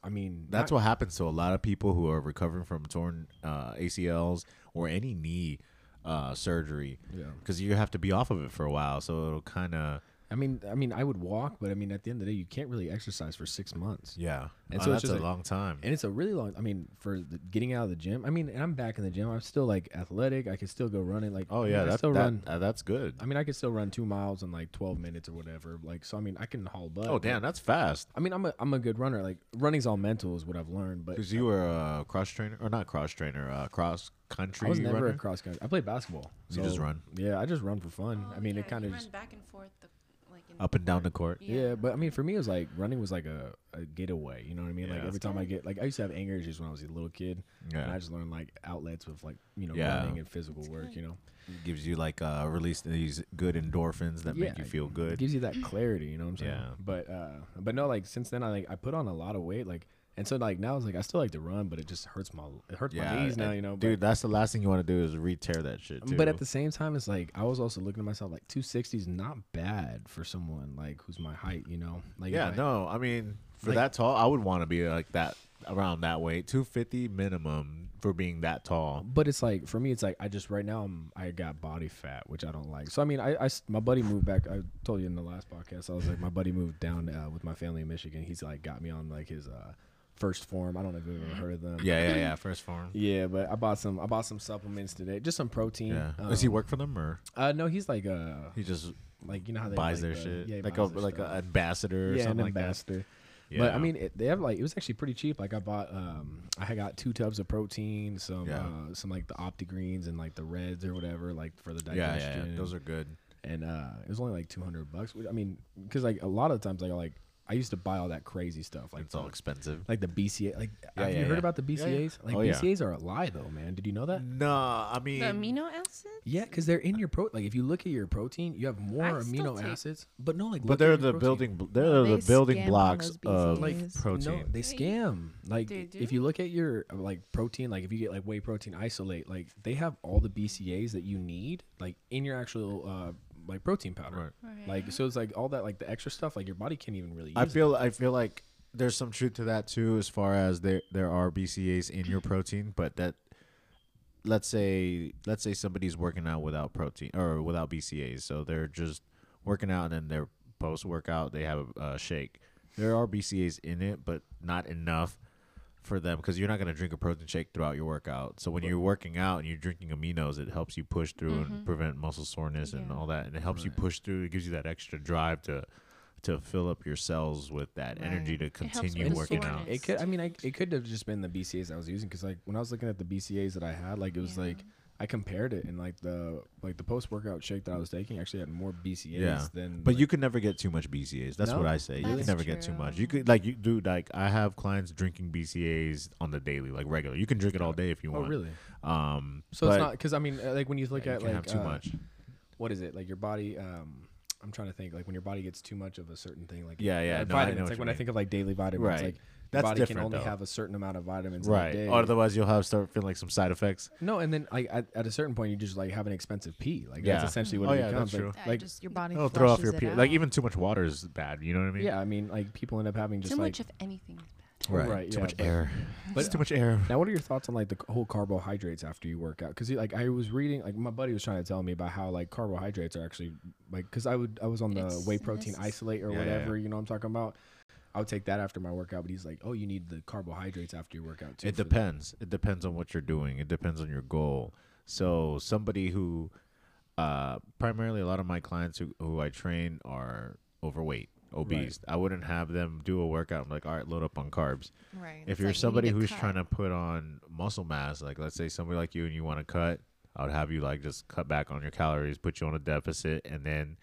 I mean, That's what happens to a lot of people who are recovering from torn uh, ACLs or any knee uh, surgery. Yeah. Because you have to be off of it for a while, so it'll kind of I mean, I mean, I would walk, but I mean, at the end of the day, you can't really exercise for six months. yeah. And Oh, so that's it's just a like- long time. And it's a really long. I mean, for the, getting out of the gym. I mean, and I'm back in the gym. I'm still like athletic. I can still go running. Like, oh I yeah, can that's still that, run. uh, that's good. I mean, I could still run two miles in like 12 minutes or whatever. Like, so I mean, I can haul butt. oh damn, that's fast. I mean, I'm a I'm a good runner. Like running's all mental is what I've learned. But Because you were a cross trainer, or not cross trainer, uh, cross country I was never runner. a cross country. I played basketball. You just run. Yeah, I just run for fun. I mean, it kind of run just back and forth, the, like in up and down the court. Yeah. yeah. But I mean, for me, it was like running was like a, a getaway. You know what I mean? Yeah. Like every time I get like I used to have anger issues when I was a little kid, and Yeah. I just learned like outlets with like you know Yeah. running and physical work. You know, It gives you like uh, release these good endorphins that make Yeah. you feel it good. gives you that clarity. You know what I'm saying? Yeah. But uh, but no, like since then I like I put on a lot of weight. Like and so like now it's like I still like to run, but it just hurts my it hurts my knees now. and You know, but- dude, that's the last thing you want to do is re-tear that shit. Too. But at the same time, it's like I was also looking at myself like 260 is not bad for someone like who's my height, you know? Like yeah, if I- no, I mean for Like- that tall, I would want to be like that around that weight, two fifty minimum for being that tall. But it's like for me, it's like I just right now I'm I got body fat, which I don't like. So I mean, I, I s- my buddy moved back. I told you in the last podcast, I was like my buddy moved down uh, with my family in Michigan. He's like got me on like his uh, first form. I don't know if you've ever Mm-hmm. heard of them. Yeah, yeah, [clears throat] yeah. First form. Yeah, but I bought some I bought some supplements today, just some protein. Yeah. Um, Does he work for them or Uh, no, he's like uh he just like you know how they buys like their the- shit? yeah, he like a buys their like an stuff. ambassador or yeah, something an like that. ambassador. Yeah. But I mean, it, they have like it was actually pretty cheap. Like I bought, um, I had got two tubs of protein, some Yeah. uh, some like the Opti Greens and like the Reds or whatever, like for the yeah, digestion. yeah, yeah, those are good. and uh, it was only like two hundred bucks. Which, I mean, because like a lot of times, like I like I used to buy all that crazy stuff, like It's all expensive. like the BCA. Like Yeah, have you yeah, heard yeah. about the Yeah, BCAs? yeah. Like Oh, yeah. BCAs are a lie though, man. Did you know that? No, I mean the amino acids. Yeah, because they're in your pro. Like if you look at your protein, you have more I still amino take- acids. But no, like But look at they're your the protein. building. bl- They're They the building scam all blocks those of BCAs. No, protein. No, they scam. Like They if do? you look at your like protein, like if you get like whey protein isolate, like they have all the BCAAs that you need, like in your actual uh like protein powder. Right. Like so it's like all that like the extra stuff, like your body can't even really use I it. feel. I feel like there's some truth to that too, as far as there there are BCAAs in your protein, but that let's say let's say somebody's working out without protein or without BCAAs, so they're just working out and then their post workout they have a, a shake. There are BCAAs in it, but not enough for them because you're not going to drink a protein shake throughout your workout. So when you're working out and you're drinking aminos, it helps you push through Mm-hmm. and prevent muscle soreness and Yeah. all that, and it helps you push through. It gives you that extra drive to to fill up your cells with that energy to helps continue with the working out. soreness. It could. I mean, I, it could have just been the BCAs I was using because, like, when I was looking at the BCAs that I had, like, it was Yeah. like I compared it, and like the like the post workout shake that I was taking actually had more BCAs Yeah, than. but like- you can never get too much BCAs. That's what No? I say. You That's can never get too true. much. You could like you dude like I have clients drinking BCAs on the daily, like regular. You can drink it all day if you Oh, want. really? Um, So but it's not because I mean, uh, like when you look you at can like have too uh, much. what is it like your body um i'm trying to think like when your body gets too much of a certain thing like Yeah, yeah, like no, I know vitamins what like you when i mean. think of like daily vitamins Right. like your That's body can different, only though. have a certain amount of vitamins in a Right. day. Otherwise, you'll have start feeling like some side effects. no and then like at, at a certain point you just like have an expensive pee like Yeah. that's essentially what Oh, it yeah, becomes that's like, Yeah, like just your body. It'll throw off your flushes it pee. Like out. even too much water is bad. You know what I mean? yeah i mean like people end up having just Too like much of anything is bad. Right. Right, too yeah, much but- air. but- It's too much air. Now, what are your thoughts on like the whole carbohydrates after you work out? Because like I was reading, like my buddy was trying to tell me about how like carbohydrates are actually like because I would I was on the It's whey protein necess- isolate or Yeah, yeah, whatever. yeah. You know what I'm talking about? I would take that after my workout, but he's like, oh, you need the carbohydrates after your workout too. It for the-" depends. It depends on what you're doing. It depends on your goal. So somebody who, uh, primarily a lot of my clients who, who I train are overweight. obese. I wouldn't have them do a workout. I'm like, all right, load up on carbs. Right. if you're somebody who's trying to put on muscle mass, like let's say somebody like you and you want to cut, I would have you like just cut back on your calories, put you on a deficit, and then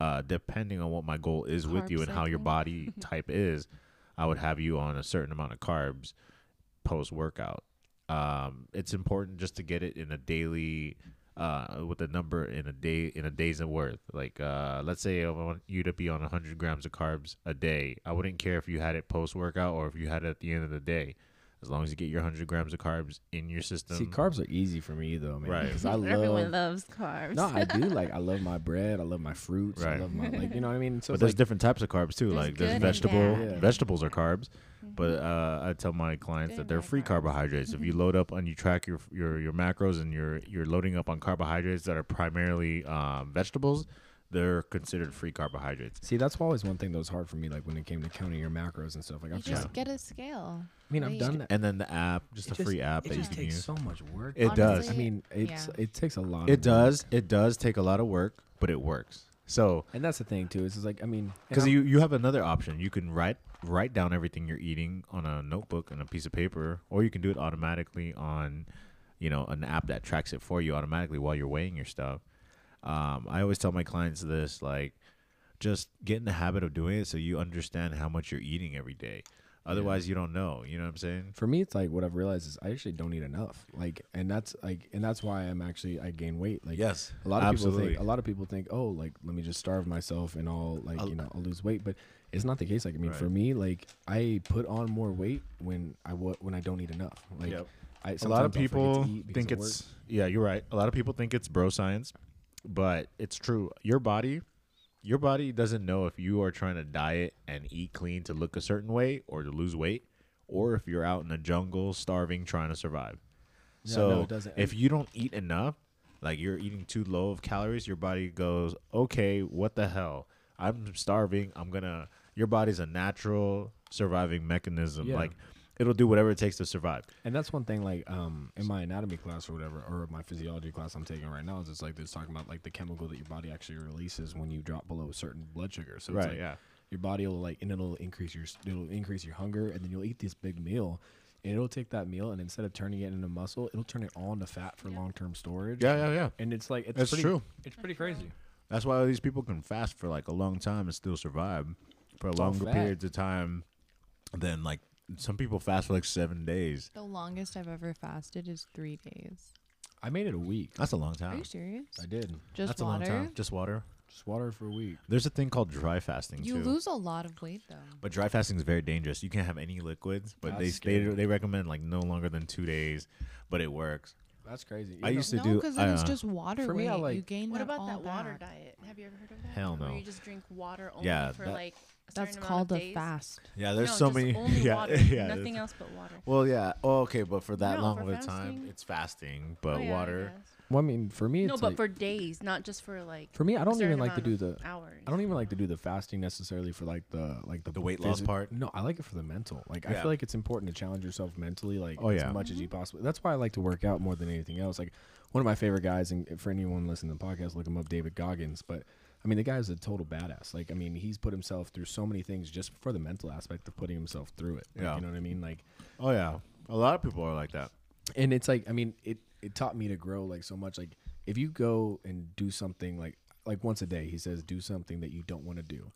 uh, depending on what my goal is with you Carb and how your cycling. body type is, I would have you on a certain amount of carbs post workout. Um, it's important just to get it in a daily uh, with a number in a day in a day's worth. Like uh, let's say I want you to be on 100 grams of carbs a day. I wouldn't care if you had it post workout or if you had it at the end of the day, as long as you get your 100 grams of carbs in your system. See, carbs are easy for me though, man. Right. Because I [laughs] Everyone love. loves carbs. No, I [laughs] do like. I love my bread. I love my fruits. Right. I love my like. You know what [laughs] I mean? So but it's there's like, different types of carbs too. There's like there's good and vegetable bad. Mm-hmm. Yeah. vegetables are carbs, but uh, I tell my clients Good that they're and bad Mm-hmm. free carbs. carbohydrates. if you load up and you track your your your macros and you're you're loading up on carbohydrates that are primarily um, vegetables, they're considered free carbohydrates. See, that's always one thing that was hard for me, like when it came to counting your macros and stuff. Like You I've just tried. get a scale. I mean, I've wait. done that. And then the app, just It a free app It that you just can takes use. so much work. It does. I mean, it's yeah. it takes a lot. It of work. does. It does take a lot of work, but it works. So And that's the thing too. Is it's like I mean, and because I'm- you you have another option, you can write write down everything you're eating on a notebook and a piece of paper, or you can do it automatically on, you know, an app that tracks it for you automatically while you're weighing your stuff. Um, I always tell my clients this, like, just get in the habit of doing it so you understand how much you're eating every day. Otherwise, you don't know. You know what I'm saying? for me, it's like what I've realized is I actually don't eat enough. Like, and that's like, and that's why I'm actually I gain weight. Like, Yes, a lot of people absolutely. think a lot of people think, oh, like let me just starve myself and I'll like you know I'll lose weight, but it's not the case. Like, I mean, Right. for me, like I put on more weight when I wa- when I don't eat enough. Like, Yep. a I, lot of sometimes I'll forget to people eat because think of work. it's yeah you're right a lot of people think it's bro science but it's true your body your body doesn't know if you are trying to diet and eat clean to look a certain way or to lose weight or if you're out in the jungle starving trying to survive Yeah, so no, it doesn't. if you don't eat enough like you're eating too low of calories your body goes okay what the hell i'm starving i'm gonna your body's a natural surviving mechanism Yeah. like it'll do whatever it takes to survive And that's one thing, like um, in my anatomy class or whatever, or my physiology class I'm taking right now, is it's like they're talking about like the chemical that your body actually releases when you drop below a certain blood sugar. So Right, it's like yeah. your body will like, and it'll increase your it'll increase your hunger, and then you'll eat this big meal, and it'll take that meal, and instead of turning it into muscle, it'll turn it all into fat for long term storage. yeah yeah yeah and it's like it's That's pretty, true. It's pretty crazy. That's why all these people can fast for like a long time and still survive for all longer fat. periods of time than like some people fast for like seven days. The longest I've ever fasted is three days. I made it a week. That's a long Are time. you serious? I did Ah. Just That's water. a long time. Just water. just water for a week. There's a thing called dry fasting You too. lose a lot of weight though. but dry fasting is very dangerous. You can't have any liquids. But they, That's they scary. they recommend like no longer than two days. But it works. That's crazy. You I know- used to no, do- because then it's uh, just water for me, weight. I you like- gain What that about all that water back. diet? Have you ever heard of that? Hell Where no. you just drink water only Yeah, for that- like a That's certain called amount a of days. fast. Yeah, there's no, so just many. [laughs] [laughs] Only yeah, water, yeah. nothing that's- else but water. Well, yeah. Oh, okay. But for that No, long for of a time, fasting. it's fasting. But Oh, yeah, I water. guess. well, I mean, for me, it's No, but like- for days, not just for like. for me, I a don't even certain like to do amount the of hours. I don't even like to do the fasting necessarily for like the like the, The weight loss part? No, I like it for the mental. Like I Yeah. feel like it's important to challenge yourself mentally, like Oh, yeah. as much as you possibly. That's why I like to work out more than anything else. Like one of my favorite guys, and for anyone listening to the podcast, look him up, David Goggins. But I mean, the guy's a total badass. Like I mean, he's put himself through so many things just for the mental aspect of putting himself through it. Like, Yeah. you know what I mean. Like Oh yeah. A lot of people are like that. and it's like i mean it it taught me to grow like so much like if you go and do something like like once a day he says do something that you don't want to do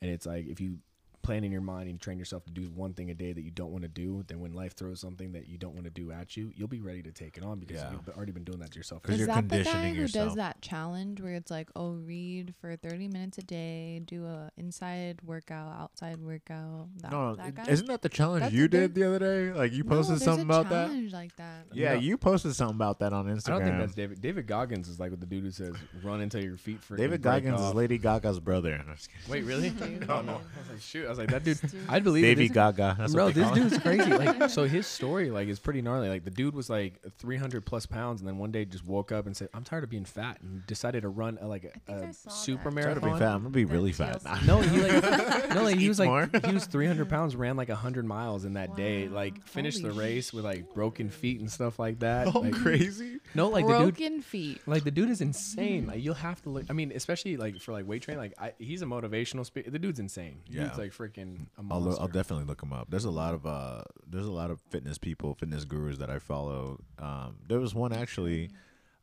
and it's like if you plan in your mind and train yourself to do one thing a day that you don't want to do then when life throws something that you don't want to do at you you'll be ready to take it on because Yeah. you've already been doing that to yourself 'Cause Is you're that the guy conditioning who yourself. does that challenge where it's like, oh, read for 30 minutes a day, do a inside workout, outside workout? That, No, that it- guy? isn't that the challenge That's you a did big- the other day? Like you No, posted there's something a about that. challenge like that. Yeah, No. you posted something about that on Instagram. i don't think that's david david goggins is like what the dude who says run until your feet freaking David break Goggins is off." Lady Gaga's brother. I'm just kidding. wait really [laughs] David. no no i was like shoot was like, that dude. Dude. I'd believe it. Lady This- Gaga. That's Bro, what they this call it. dude's crazy. [laughs] Like, so his story like is pretty gnarly. Like, the dude was like 300 plus pounds, and then one day just woke up and said, "I'm tired of being fat," and decided to run a, like think a, I a saw that. super Try to marathon. be fat. I'm gonna be really fat. [laughs] TLC. No, he like, no, like, eat he was like, more. he was 300 pounds, ran like 100 miles in that day. Wow. Like, finished the Holy race with like broken feet and stuff like that. Oh, [laughs] like, crazy. No, like the dude. Broken [laughs] feet. Like the dude is insane. Like you'll have to look. I mean, especially like for like weight training. Like I, he's a motivational speaker. The dude's insane. Yeah. Dude's like freaking a I'll, monster. lo- I'll definitely look them up. There's a lot of uh, there's a lot of fitness people, fitness gurus that I follow. Um, there was one actually.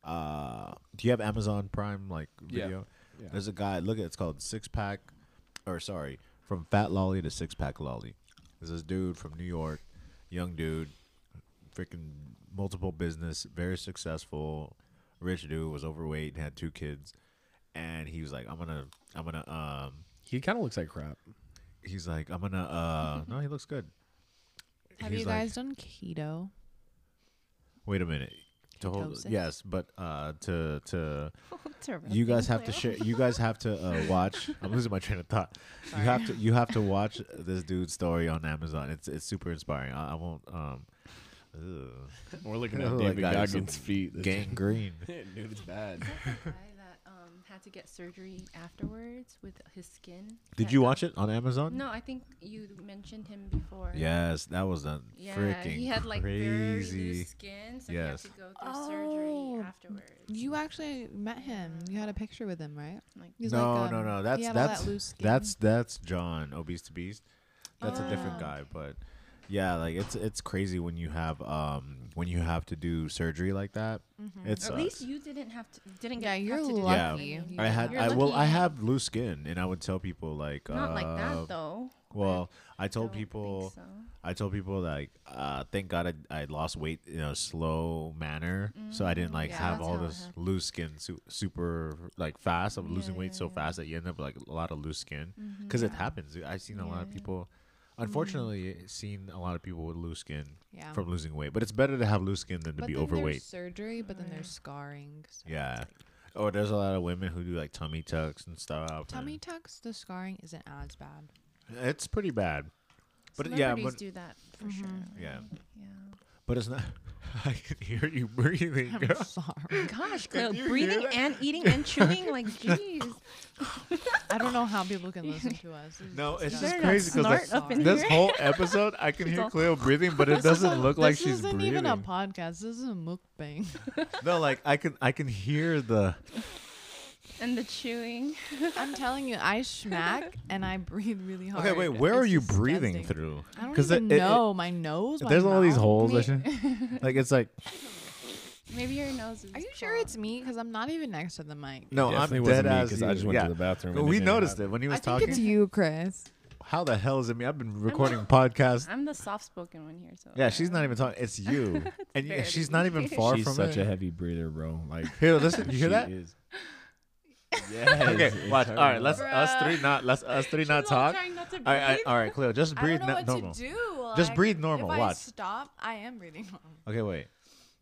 Uh, do you have Amazon Prime like Yeah. video? Yeah. There's a guy. Look at it's called Six Pack, or sorry, from Fat Lolly to Six Pack Lolly. There's this dude from New York, young dude, freaking multiple business, very successful, rich dude was overweight and had two kids, and he was like, I'm gonna, I'm gonna, um, he kind of looks like crap. he's like, I'm gonna, uh, no, he looks good. Have He's you like- guys done keto? Wait a minute. To hold, Ketosis? yes, but uh, to to Terrible. you guys have to Thank share. You guys have to [laughs] uh, watch. I'm losing my train of thought. You have to you have to watch this dude's story on Amazon. It's it's super inspiring. I, I won't. Um, ugh, [laughs] We're looking at David Goggins' feet. [laughs] gangrene. Dude, it's [laughs] bad. you. The guy that um, had to get surgery afterwards with his skin. Did that you got- watch it on Amazon? No, I think you mentioned him before. Yes, that was a Yeah, freaking he had like very crazy. loose skin, so Yes. he had to go through Oh. surgery afterwards. You actually met him. You had a picture with him, right? Like, He's no, like, no, um, no. he That's had all that's that loose skin. that's that's John, obese to beast. That's a different Ah. guy, but yeah, like it's it's crazy when you have um when you have to do surgery like that. It's Mm-hmm. At least you didn't have to. Didn't Yeah, get. you're have to do lucky. that. Yeah. mean, I had you're I well I lucky. have loose skin and I would tell people like Not like uh, that though. Well, I I told don't think people so. I told people like uh thank God I, I lost weight in a slow manner so I didn't like Yeah, have that's all Mm-hmm. how it this happened. loose skin su- super like fast. I'm Yeah, losing weight yeah, so yeah. fast that you end up with, like a lot of loose skin Mm-hmm. because it happens. dude. I've seen a lot of Yeah. people unfortunately Mm. seen a lot of people with loose skin yeah. from losing weight, but it's better to have loose skin than to Oh. but be then overweight. There's surgery, but then there's scarring. so it's Yeah. like- Or there's a lot of women who do like tummy tucks and stuff. Tummy tucks, the scarring isn't [laughs] as bad. and it's pretty bad. But yeah, Celebrities but do that for sure. yeah, Yeah. but it's not. [laughs] I can hear you breathing, girl. I'm sorry. [laughs] Gosh, Cleo, breathing and eating [laughs] and chewing like jeez. I don't know how people can listen [laughs] to us. This is No, it's just better not crazy because snort up in this here. [laughs] whole episode, I can hear all- Cleo breathing, but it doesn't look like this she's isn't breathing. even a podcast. This is a mukbang. no, like I can, I can hear the. [laughs] and the chewing. [laughs] I'm telling you, I [laughs] schmack and I breathe really hard. Okay, wait, where are It's you breathing disgusting. through? I don't 'Cause it- even it- it- know my nose. my There's all these mouth. holes. Me- I [laughs] should- like it's like Maybe your nose is. Are you sure it's me? Because I'm not even next to the mic. no, I'm Definitely dead wasn't me ass 'cause I you. just went yeah. to the bathroom Well, and we it didn't noticed happen. it when he I was think talking. it's you, Chris. How the hell is it me? I've been [laughs] recording podcasts I'm the soft spoken one here, so Yeah, she's not even talking. It's [laughs] you, and you, fair she's to not me. even far She's from such it. a heavy breather, bro. [laughs] Like, [laughs] Here, listen. You she hear that? is- [laughs] Yes. Okay, it's watch. All her, right, bro. let's us Bruh. three not let's us three [laughs] not talk. All right, all right, all right, Cleo, just breathe na- normal. do. Just like, breathe normal, if I watch. stop, I am breathing normal. [laughs] Okay, wait,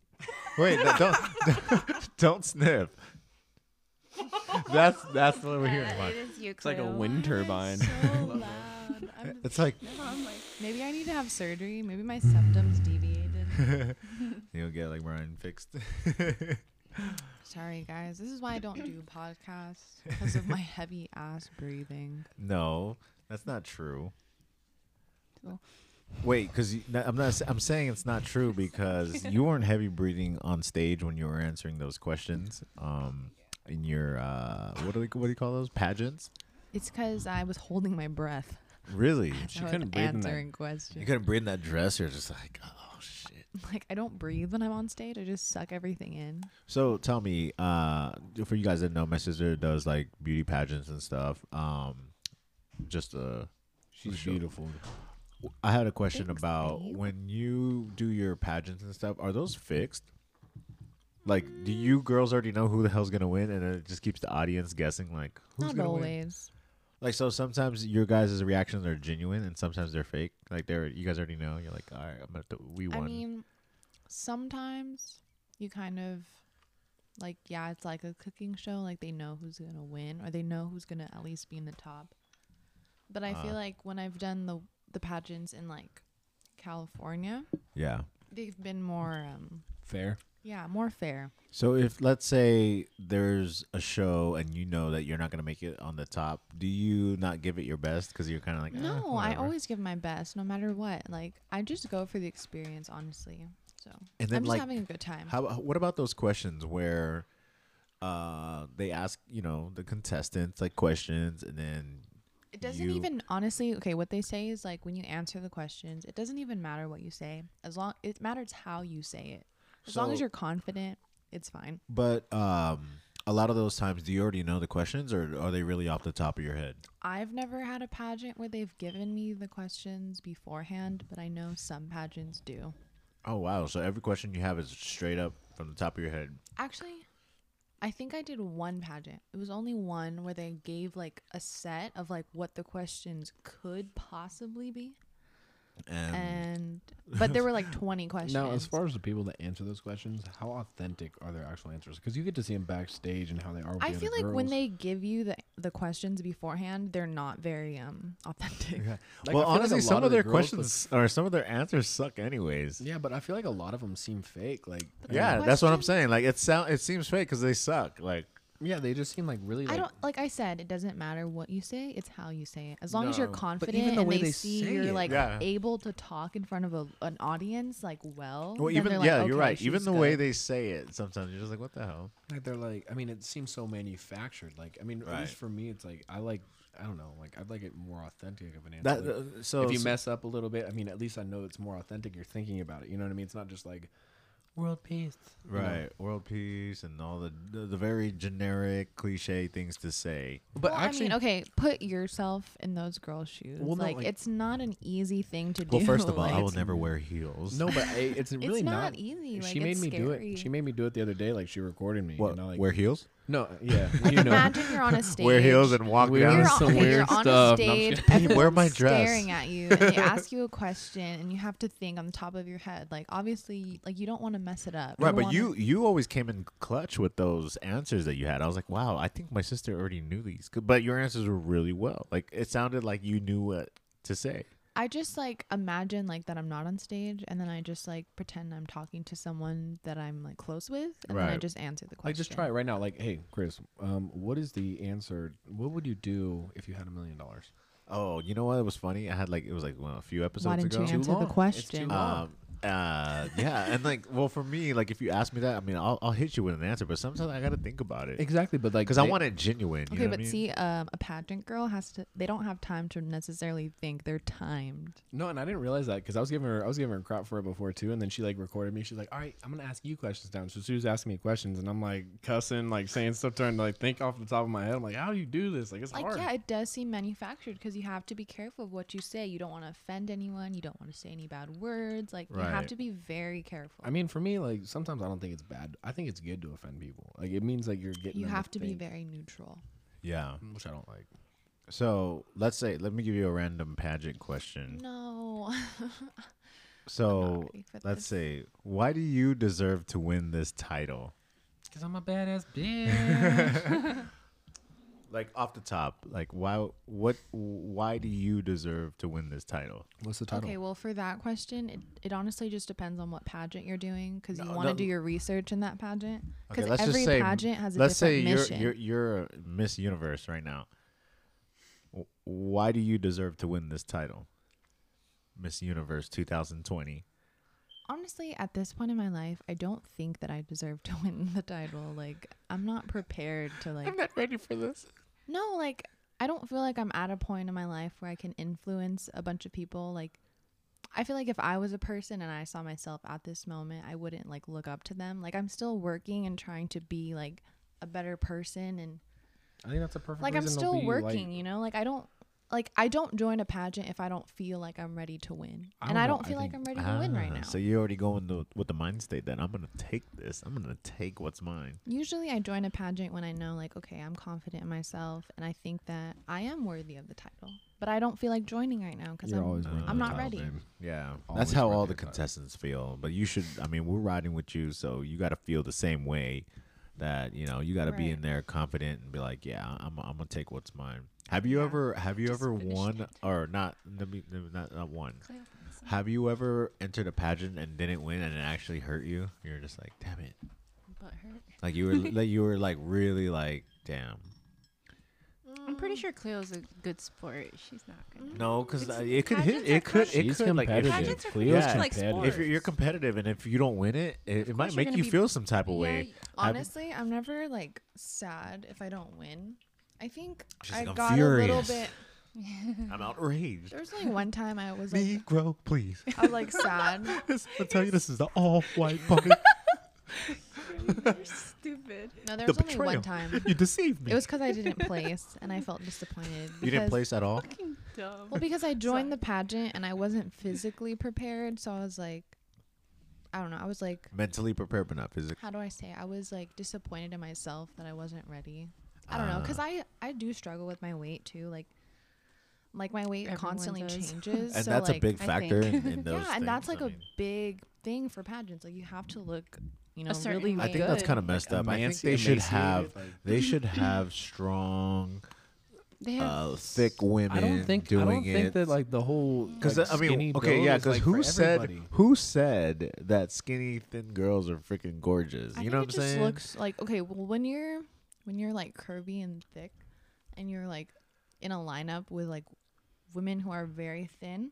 [laughs] wait, no, don't don't [laughs] [laughs] sniff. That's that's what we're hearing. Mark. It is you, It's like a [laughs] wind turbine. [laughs] It's like Maybe I need to have surgery. Maybe my septum's deviated. you'll get like Ryan fixed. [laughs] Sorry, guys. This is why I don't do podcasts because of my heavy ass breathing. no, that's not true. Cool. Wait, because I'm not. s- I'm saying it's not true because you weren't heavy breathing on stage when you were answering those questions. Um, in your uh, what do we what do you call those pageants? It's because I was holding my breath. Really, She I was couldn't breathe in that. answering you questions. couldn't breathe in that dress. You're just like, oh shit. [laughs] Like I don't breathe when I'm on stage. I just suck everything in. So tell me, uh, for you guys that know, my sister does like beauty pageants and stuff. Um, just uh, She's Sure. beautiful. I had a question Thanks, about babe. when you do your pageants and stuff. Are those fixed? Like, do you girls already know who the hell's gonna win, and it just keeps the audience guessing? Like, who's Not gonna win? always. Like, so sometimes your guys' reactions are genuine, and sometimes they're fake. Like, they're you guys already know. You're like, all right, I'm gonna th- we I won. mean, sometimes you kind of like yeah, it's like a cooking show. Like they know who's gonna win, or they know who's gonna at least be in the top. But I Uh, feel like when I've done the the pageants in like California, Yeah. they've been more um Fair. yeah, more fair. So if let's say there's a show and you know that you're not gonna make it on the top, do you not give it your best because you're kind of like eh, No, I whatever. always give my best no matter what. Like I just go for the experience, honestly. So And then I'm just like having a good time. How what about those questions where uh they ask, you know, the contestants like questions and then It doesn't you- even honestly. Okay, what they say is like when you answer the questions, it doesn't even matter what you say. As long it matters how you say it. As long as So- you're confident, it's fine. but um a lot of those times do you already know the questions or are they really off the top of your head? I've never had a pageant where they've given me the questions beforehand, but I know some pageants do. Oh wow, so every question you have is straight up from the top of your head. Actually, I think I did one pageant. It was only one where they gave like a set of like what the questions could possibly be, And and but there were like 20 questions. Now, as far as the people that answer those questions, how authentic are their actual answers? Because you get to see them backstage and how they are. With I the feel other like when girls. they give you the the questions beforehand, they're not very um authentic. Like, well, I feel like a honestly, lot some of the their girls that- questions or some of their answers suck, anyways. yeah, but I feel like a lot of them seem fake. Like, I Yeah, mean, that's what I'm questions- saying. Like it sound, it seems fake because they suck. Like yeah, they just seem like really. Like, I don't like I said, it doesn't matter what you say, it's how you say it. As long as you're No, but confident even the and way they, they see say you're it. like Yeah. able to talk in front of a, an audience like well. well, then even they're like, yeah, you're "Okay, right. Even she's the way good." they say it, sometimes you're just like, what the hell? Like they're like, I mean, it seems so manufactured. Like, I mean, at Right. least for me, it's like I like, I don't know, like I'd like it more authentic of an answer. That Like, uh, so if you so- mess up a little bit, I mean, at least I know it's more authentic. You're thinking about it. You know what I mean? It's not just like world peace. you know? right, world peace and all the, the the very generic cliche things to say. But Well, actually, I mean, okay, put yourself in those girls' shoes. Well, no, like, like- it's not an easy thing to Well, do. first of all, like, I will it's- never wear heels. no, but I, [laughs] it's really not not, easy, like, she made it's me do scary. it. She made me do it the other day. Like she recorded me. what, and I, like, wear heels? No, uh, yeah, Like, [laughs] you [laughs] know. imagine you're on a [laughs] stage. Wear heels and walk We down. you're on, Wearing some okay, you're weird on a stuff. No, I'm stage. just kidding. [laughs] Wear everyone's my dress. Staring at you, and they ask you a question, and you have to think on the top of your head. Like obviously, like you don't want to mess it up. Right, don't but wanna- you you always came in clutch with those answers that you had. I was like, wow, I think my sister already knew these, C- but your answers were really well. Like it sounded like you knew what to say. I just like imagine like that I'm not on stage, and then I just like pretend I'm talking to someone that I'm like close with, and then I Right. just answer the question. Like just try it right now. Like, hey, Chris, um, what is the answer? What would you do if you had a million dollars? Oh, you know what? It was funny. I had like it was like well, a few episodes Why didn't ago. you answer long. the It's too question? long. Um, uh, yeah, and like, well, for me, like, if you ask me that, I mean, I'll, I'll hit you with an answer, but sometimes I gotta think about it Exactly, but like because I they- want it genuine. you know Okay, what I but mean? see, um, a pageant girl has to. They don't have time to necessarily think. They're timed. No, and I didn't realize that because I was giving her I was giving her crap for it before too, and then she like recorded me. She's like, "All right, I'm gonna ask you questions now." And So she was asking me questions, and I'm like cussing, like saying stuff, trying to like think off the top of my head. I'm like, "How do you do this? Like it's Like, hard." yeah, it does seem manufactured because you have to be careful of what you say. You don't want to offend anyone. You don't want to say any bad words. Like, you have Right. to be very careful. I mean, for me, like sometimes I don't think it's bad. I think it's good to offend people. Like it means like you're getting. you them have to be think, very neutral. yeah. which I don't like. So let's say, let me give you a random pageant question. No. so ready for let's this. say, why do you deserve to win this title? Cause I'm a badass bitch. Like off the top, like why? What? Why do you deserve to win this title? What's the title? [laughs] okay, well, for that question, it, it honestly just depends on what pageant you're doing because you No, want to no. do your research in that pageant. Okay, Because let's every just say. pageant has a let's say you're different mission. you're you're a Miss Universe right now. W- Why do you deserve to win this title, Miss Universe 2020? honestly at this point in my life i don't think that i deserve [laughs] to win the title like i'm not prepared to like not ready for this. no like i don't feel like i'm at a point in my life where i can influence a bunch of people like i feel like if i was a person and i saw myself at this moment i wouldn't like look up to them like i'm still working and trying to be like a better person and I think that's a perfect. like i'm reason to still be, working like- you know like i don't like i don't join a pageant if i don't feel like i'm ready to win I and don't i know, don't I feel like i'm think- ready to win right now Ah, So you're already going to, with the mind state that I'm gonna take this. I'm gonna take what's mine. Usually, I join a pageant when I know, like, okay, I'm confident in myself and I think that I am worthy of the title. But I don't feel like joining right now because You're I'm, always working I'm the not ready. title, babe. Yeah, Always that's how worth all the the time. contestants feel. But you should. I mean, we're riding with you, so you got to feel the same way that you know you got to be Right. in there confident and be like, yeah, I'm I'm gonna take what's mine. Have you Yeah. ever have you Just ever finish won it. or not? Let me let me- not not won. Cleopas. Have you ever entered a pageant and didn't win and it actually hurt you? You're just like, damn it. Butt hurt. Like [laughs] you were like you were like really like, damn. I'm pretty Mm. sure Cleo's a good sport. She's not gonna. No, because It's- it could hit. pageants are It could. It She's could like if, competitive. Pageants are Cleo's competitive, like competitive. if you're, you're competitive and if you don't win it, it, it might course you're make gonna you be- feel some type of Yeah, way. you- I've- Honestly, I'm never like sad if I don't win. I think She's I like, "I'm got a furious." little bit. I'm outraged. There was [laughs] only one time I was like, Negro, please. [laughs] I was like sad. This- I tell you, this is the all-white party. You're stupid. [laughs] No, there The was only betrayal. one time. [laughs] you deceived me. It was because I didn't place, and I felt disappointed. you didn't because- place at all. Fucking dumb. Well, because I joined the pageant and I wasn't physically prepared, so I was like, I don't know. I was like, Mentally prepared, but not physically. how do I say? I was like disappointed in myself that I wasn't ready. I don't know, Uh. cause I I do struggle with my weight too. Like, like my weight Everyone constantly does. [laughs] changes. And so that's like, a big I factor in, think- in those. yeah, and that's things, like I a mean. big thing for pageants. Like you have to look, you know, certain really. way. I think that's good, kind of messed up. I think they should have. They should have strong, They have uh, thick women. I don't think. doing I don't think it. that like the whole. Because like, I mean, skinny okay, build yeah. is, Because like, for who said everybody. who said that skinny thin girls are freaking gorgeous? I You know think it what I'm just saying? looks like okay. Well, when you're when you're like curvy and thick, and you're like in a lineup with like women who are very thin,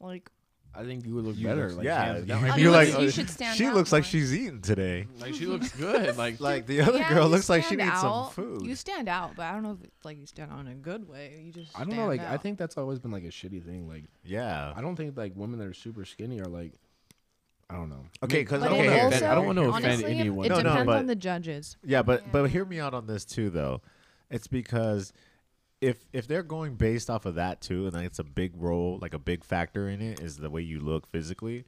like I think you would look You better. look- like, yeah, you- [laughs] [laughs] hands down. I you're mean, like you oh, should stand she out looks like more. she's eating today. [laughs] Like she looks good. Like Like the [laughs] other Yeah, girl you looks like she stand needs some out. food. You stand out, but I don't know if it's like you stand out in a good way. You just I don't know. stand Like I out. think that's always been like a shitty thing. Like yeah. I don't think like women that are super skinny are like. I don't know. Okay, because But I don't okay, it wanna here, also, offend- I don't wanna offend honestly, anyone. It No, no, depends but- on the judges. Yeah, but Yeah. but hear me out on this too, though. It's because if if they're going based off of that too, and like it's a big role, like a big factor in it is the way you look physically.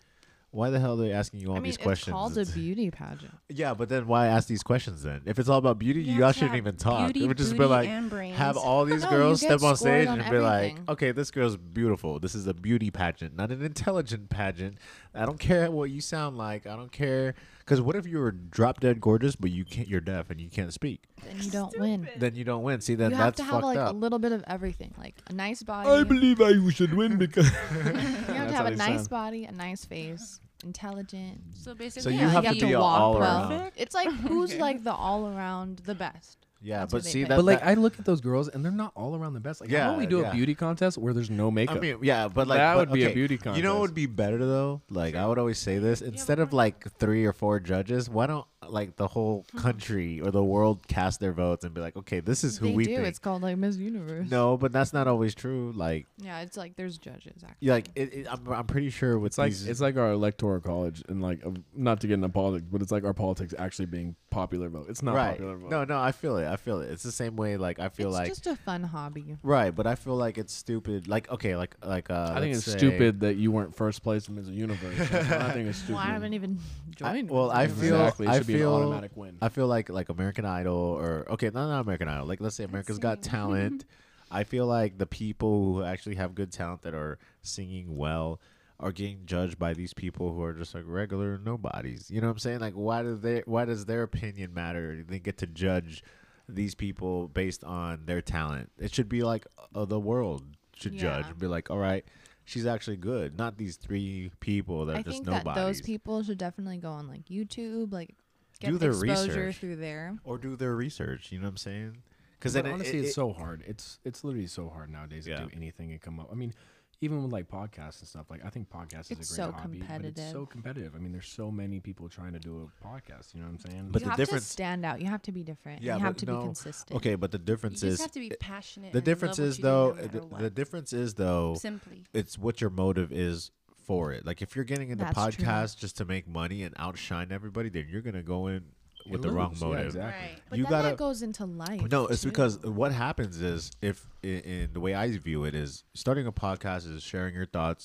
Why the hell are they asking you all I mean, these questions? it's [laughs] called a beauty pageant. yeah, but then why ask these questions then? If it's all about beauty, You you, have all to shouldn't have even talk. beauty, it would just be booty, like and brains. have all these [laughs] No, girls you get step on scored stage on and be like, everything. "Okay, this girl's beautiful. This is a beauty pageant, not an intelligent pageant. I don't care what you sound like. I don't care because what if you were drop dead gorgeous, but you can't? You're deaf and you can't speak." Then you don't win. then you don't win. See, then You have that's to have fucked like a up. little bit of everything, like a nice body. believe I should win because. You have That's to how have a they nice sound. body, a nice face, intelligent. So basically, you have to be a all around. It's like who's like the all around the best. yeah, That's but what they see, think. that, But [laughs] like, that- I look at those girls and they're not all around the best. Like, how Yeah, about we do yeah. a beauty contest where there's no I, makeup? mean, yeah, but like That but- would be a okay, beauty You know what contest. would be better though? Like I would always say this: instead of like three or four judges, why don't like the [laughs] whole country or the world cast their votes and be like, okay, this is who they we do. think. It's called like Miss Universe. no, but that's not always true. Like, Yeah, it's like there's judges actually. yeah, like it, it, I'm, I'm pretty sure with It's like these, it's like our electoral college, and like of- not to get into politics, but it's like our politics actually being popular vote. It's not right? popular vote. No, no, I feel it. I feel it. It's the same way. Like I feel it's like just a fun hobby. right, but I feel like it's stupid. Like okay, like like uh, I think let's it's say- stupid that you weren't first place in Miss Universe. That's what [laughs] I think it's stupid. Well, I [laughs] haven't even I, joined. well, I feel Exactly. It I should be an feel automatic win. I feel like like American Idol or okay, not, not American Idol. Like let's say America's Got Talent. I feel like the people who actually have good talent that are singing well are getting judged by these people who are just like regular nobodies. You know what I'm saying? Like why do they why does their opinion matter? They get to judge these people based on their talent. It should be like uh, the world should judge Yeah. and be like, "All right, she's actually good." Not these three people that are I just think that nobodies. those people should definitely go on like YouTube, like get Do their exposure research. through there. or do their research. You know what I'm saying? Because Because then it- honestly, it- it's it- so hard. It's it's literally so hard nowadays Yeah. to do anything and come up. I mean, even with like podcasts and stuff. Like I think podcasts is It's a great so hobby, but competitive. it's so competitive. I mean, there's so many people trying to do a podcast. You know what I'm saying? But you the have difference- to stand out. You have to be different. Yeah, you have but to no. be consistent. okay. But the You difference just is have to be passionate. the and love difference what is you do no though matter the, what. the difference is though Simply. it's what your motive is for it. Like if you're getting into That's true. podcasts just to make money and outshine everybody, then you're gonna go in You with the wrong lose. Yeah, motive. exactly. Right. But You then gotta- that goes into life. No, it's too. because what happens is if in, in the way I view it is starting a podcast is sharing your thoughts,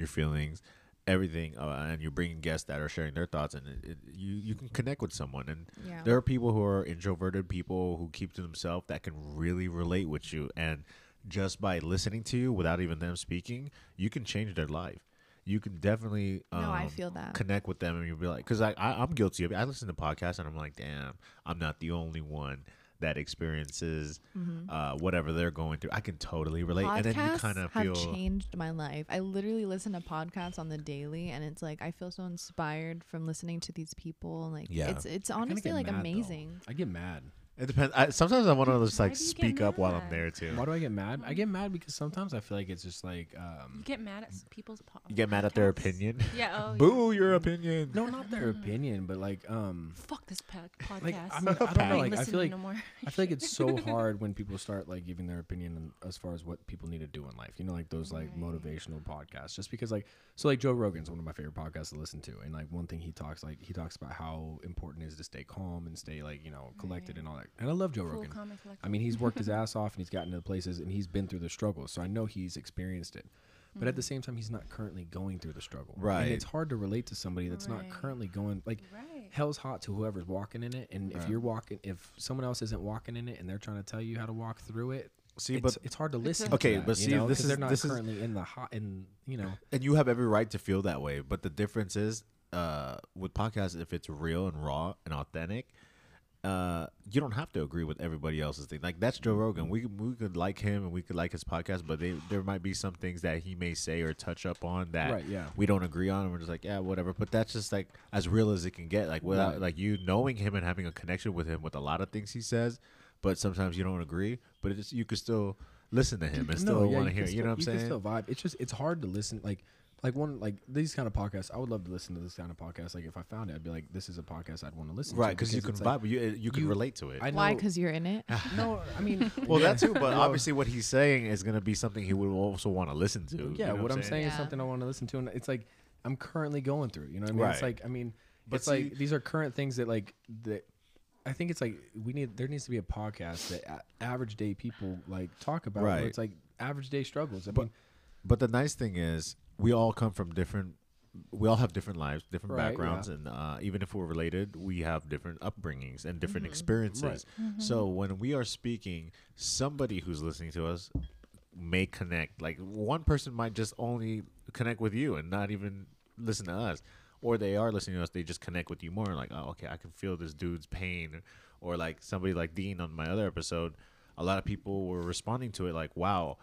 your feelings, everything, uh, and you bring guests that are sharing their thoughts, and it, it, you you can connect with someone. And Yeah. there are people who are introverted people who keep to themselves that can really relate with you, and just by listening to you without even them speaking, you can change their life. you can definitely um, No, I feel that. connect with them and you'll be like because I, I i'm guilty of it i listen to podcasts and i'm like damn i'm not the only one that experiences Mm-hmm. uh, whatever they're going through i can totally relate and then you podcasts kind of have feel changed my life. I literally listen to podcasts on the daily, and it's like I feel so inspired from listening to these people. And like, Yeah. it's it's I kinda honestly get like mad, though. amazing. I get mad. it depends I, sometimes i want to just Why like do you get speak up while i'm mad? there too Why do I get mad? I get mad because sometimes I feel like it's just like You um, get mad at s- people's. Po- you get mad at their podcasts? opinion Yeah. Oh, yeah. boo your opinion No, [laughs] not their opinion, but like um, Fuck this pack [laughs] podcast. like I, mean, I don't Pat. know. ain't Like I listening feel like no more. I feel like it's so hard when people start like giving their opinion on- as far as what people need to do in life. You know, like those like motivational podcasts. Just because like so like Joe Rogan's one of my favorite podcasts to listen to, and like one thing he talks like he talks about how important it is to stay calm and stay like you know collected and all that. And I love Joe Cool, Rogan. calm, and collected. I mean, he's [laughs] worked his ass off and he's gotten to places and he's been through the struggle. So I know he's experienced it. But at the Mm-hmm. same time, he's not currently going through the struggle. Right. And it's hard to relate to somebody that's Right. not currently going, like, [laughs] Right. hell's hot to whoever's walking in it. And if you're walking, if someone else isn't walking in it and they're trying to tell you how to walk through it, See, it's, but- it's hard to listen. Okay, to that, but you see, know, this 'cause is- they're not this is- currently in the hot and you know. and you have every right to feel that way but the difference is uh with podcasts if it's real and raw and authentic uh you don't have to agree with everybody else's thing like that's joe Mm-hmm. rogan we, we could like him and we could like his podcast but they, there might be some things that he may say or touch up on that Right, yeah. we don't agree on and we're just like yeah whatever but that's just like as real as it can get like without Right. like you knowing him and having a connection with him with a lot of things he says but sometimes you don't agree but it's you could still listen to him and still yeah, want to can hear it, you know what i'm still- saying you can still vibe it's just it's hard to listen like like one like these kind of podcasts i would love to listen to this kind of podcast like if i found it i'd be like this is a podcast i'd want to listen to right because you can it's vibe you, uh, you can you- relate to it like, I know, Why? Because you're [laughs] in it. no i mean Well, yeah, that too, but obviously what he's saying is going to be something he would also want to listen to. yeah you know what i'm saying, is Yeah. something i want to listen to and it's like i'm currently going through you know what i mean it's Right. like i mean But it's like see- these are current things that like that I think it's like we need there needs to be a podcast that a- average day people like talk about. where Right. It's like average day struggles. I mean, But the nice thing is, we all come from different. We all have different lives, different Right, yeah. backgrounds, and uh, even if we're related, we have different upbringings and different Mm-hmm. experiences. So when we are speaking, somebody who's listening to us may connect. Like one person might just only connect with you and not even listen to us, or they are listening to us. They just connect with you more. Like, oh, okay, I can feel this dude's pain, or like somebody like Dean on my other episode. A lot of people were responding to it like, wow.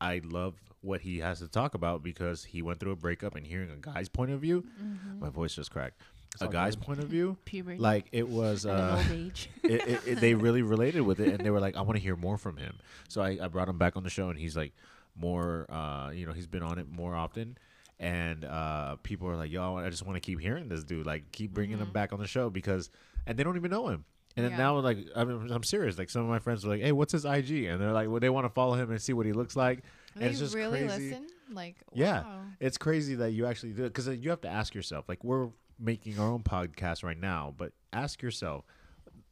I love what he has to talk about because he went through a breakup and hearing a guy's point of view, my voice just cracked. a guy's point of view, Puberty. like it was, And an uh, old [laughs] age. it, it, it, they really related with it and they were like, I want to hear more from him. So I, I brought him back on the show and he's like, more, uh, you know, he's been on it more often. And uh, people are like, yo, I just want to keep hearing this dude. Like, keep bringing him back on the show because, and they don't even know him. And then Mm-hmm. Yeah. now, like, I'm, I'm serious. Like, some of my friends were like, hey, what's his IG? And they're like, well, they want to follow him and see what he looks like. And they it's just really crazy. listen. Like, Yeah, wow. it's crazy that you actually do it because you have to ask yourself. Like we're making our own podcast right now, but ask yourself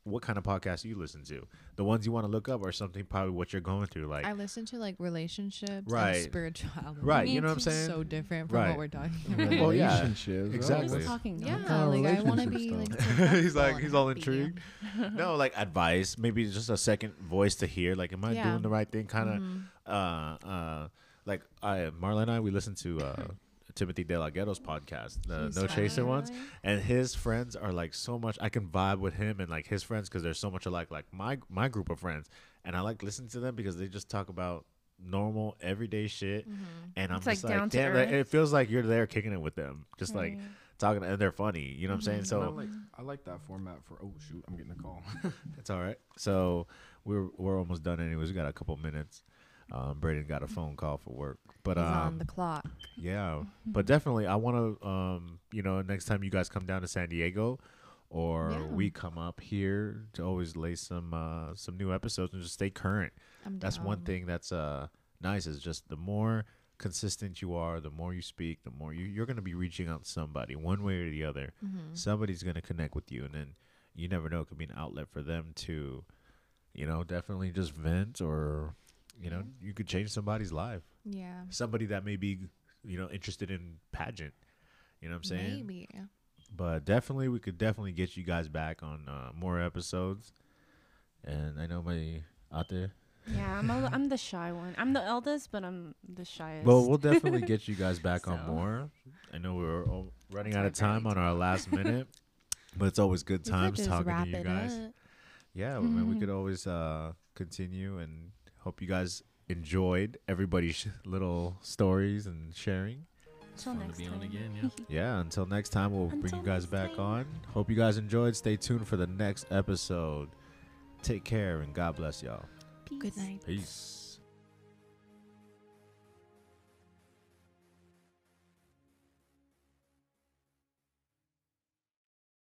what kind of podcast you listen to. The ones you want to look up are something probably what you're going through. Like I listen to like relationships, Right. and [laughs] spirituality. right, Me you know what I'm too. saying? So [laughs] different from Right. what we're talking [laughs] about. Well, yeah, relationships, oh, right? exactly. Just talking. Yeah, nonsense. kind of like I want to relationship be like. stuff? [laughs] he's successful like and he's all happy. intrigued. no, like advice, maybe just a second voice to hear. Like, am I Yeah. Mm-hmm. doing the right thing? Kind of, uh, uh, like I Marla and I we listen to uh, Timothy De La Ghetto's podcast, the He's Uh, Mm-hmm. No Chaser fine. ones, and his friends are like so much. I can vibe with him and like his friends because they're so much alike. Like my my group of friends, and I like listening to them because they just talk about normal everyday shit and i'm Mm-hmm. It's, like, just like, down to damn like, earth. it feels like you're there kicking it with them just like Hmm. talking and they're funny you know Mm-hmm. what i'm saying so I like, I like that format for. Oh shoot, I'm getting a call. It's all right. So we're we're almost done anyways. We got a couple minutes. Um, Braden got a phone call for work, but He's on um, the clock. yeah, but definitely I want to um, you know, next time you guys come down to San Diego, or Yeah. we come up here to always lay some uh some new episodes and just stay current. I'm That's one down. thing that's uh nice is just the more consistent you are, the more you speak, the more you you're gonna be reaching out to somebody one way or the other. Mm-hmm. Somebody's gonna connect with you, and then you never know it could be an outlet for them to, you know, definitely just vent or, you know, you could change somebody's life. Yeah. Somebody that may be, you know, interested in pageant. You know what I'm saying? Maybe. But definitely, we could definitely get you guys back on uh, more episodes. And I know my out there Yeah, I'm a, I'm the shy one. I'm the eldest, but I'm the shyest. Well, we'll [laughs] definitely get you guys back on So. more. I know we we're all running That's out my of time on our last minute, but it's always good times talking to you guys. Yeah, well, man, we could always uh, continue and hope you guys enjoyed everybody's [laughs] sh- little stories and sharing. Till Fun next to be on time. again, yeah. Yeah, until next time, we'll bring Until you guys next back time. on. Hope you guys enjoyed. Stay tuned for the next episode. Take care and God bless y'all. [laughs] Peace. Good night. Peace.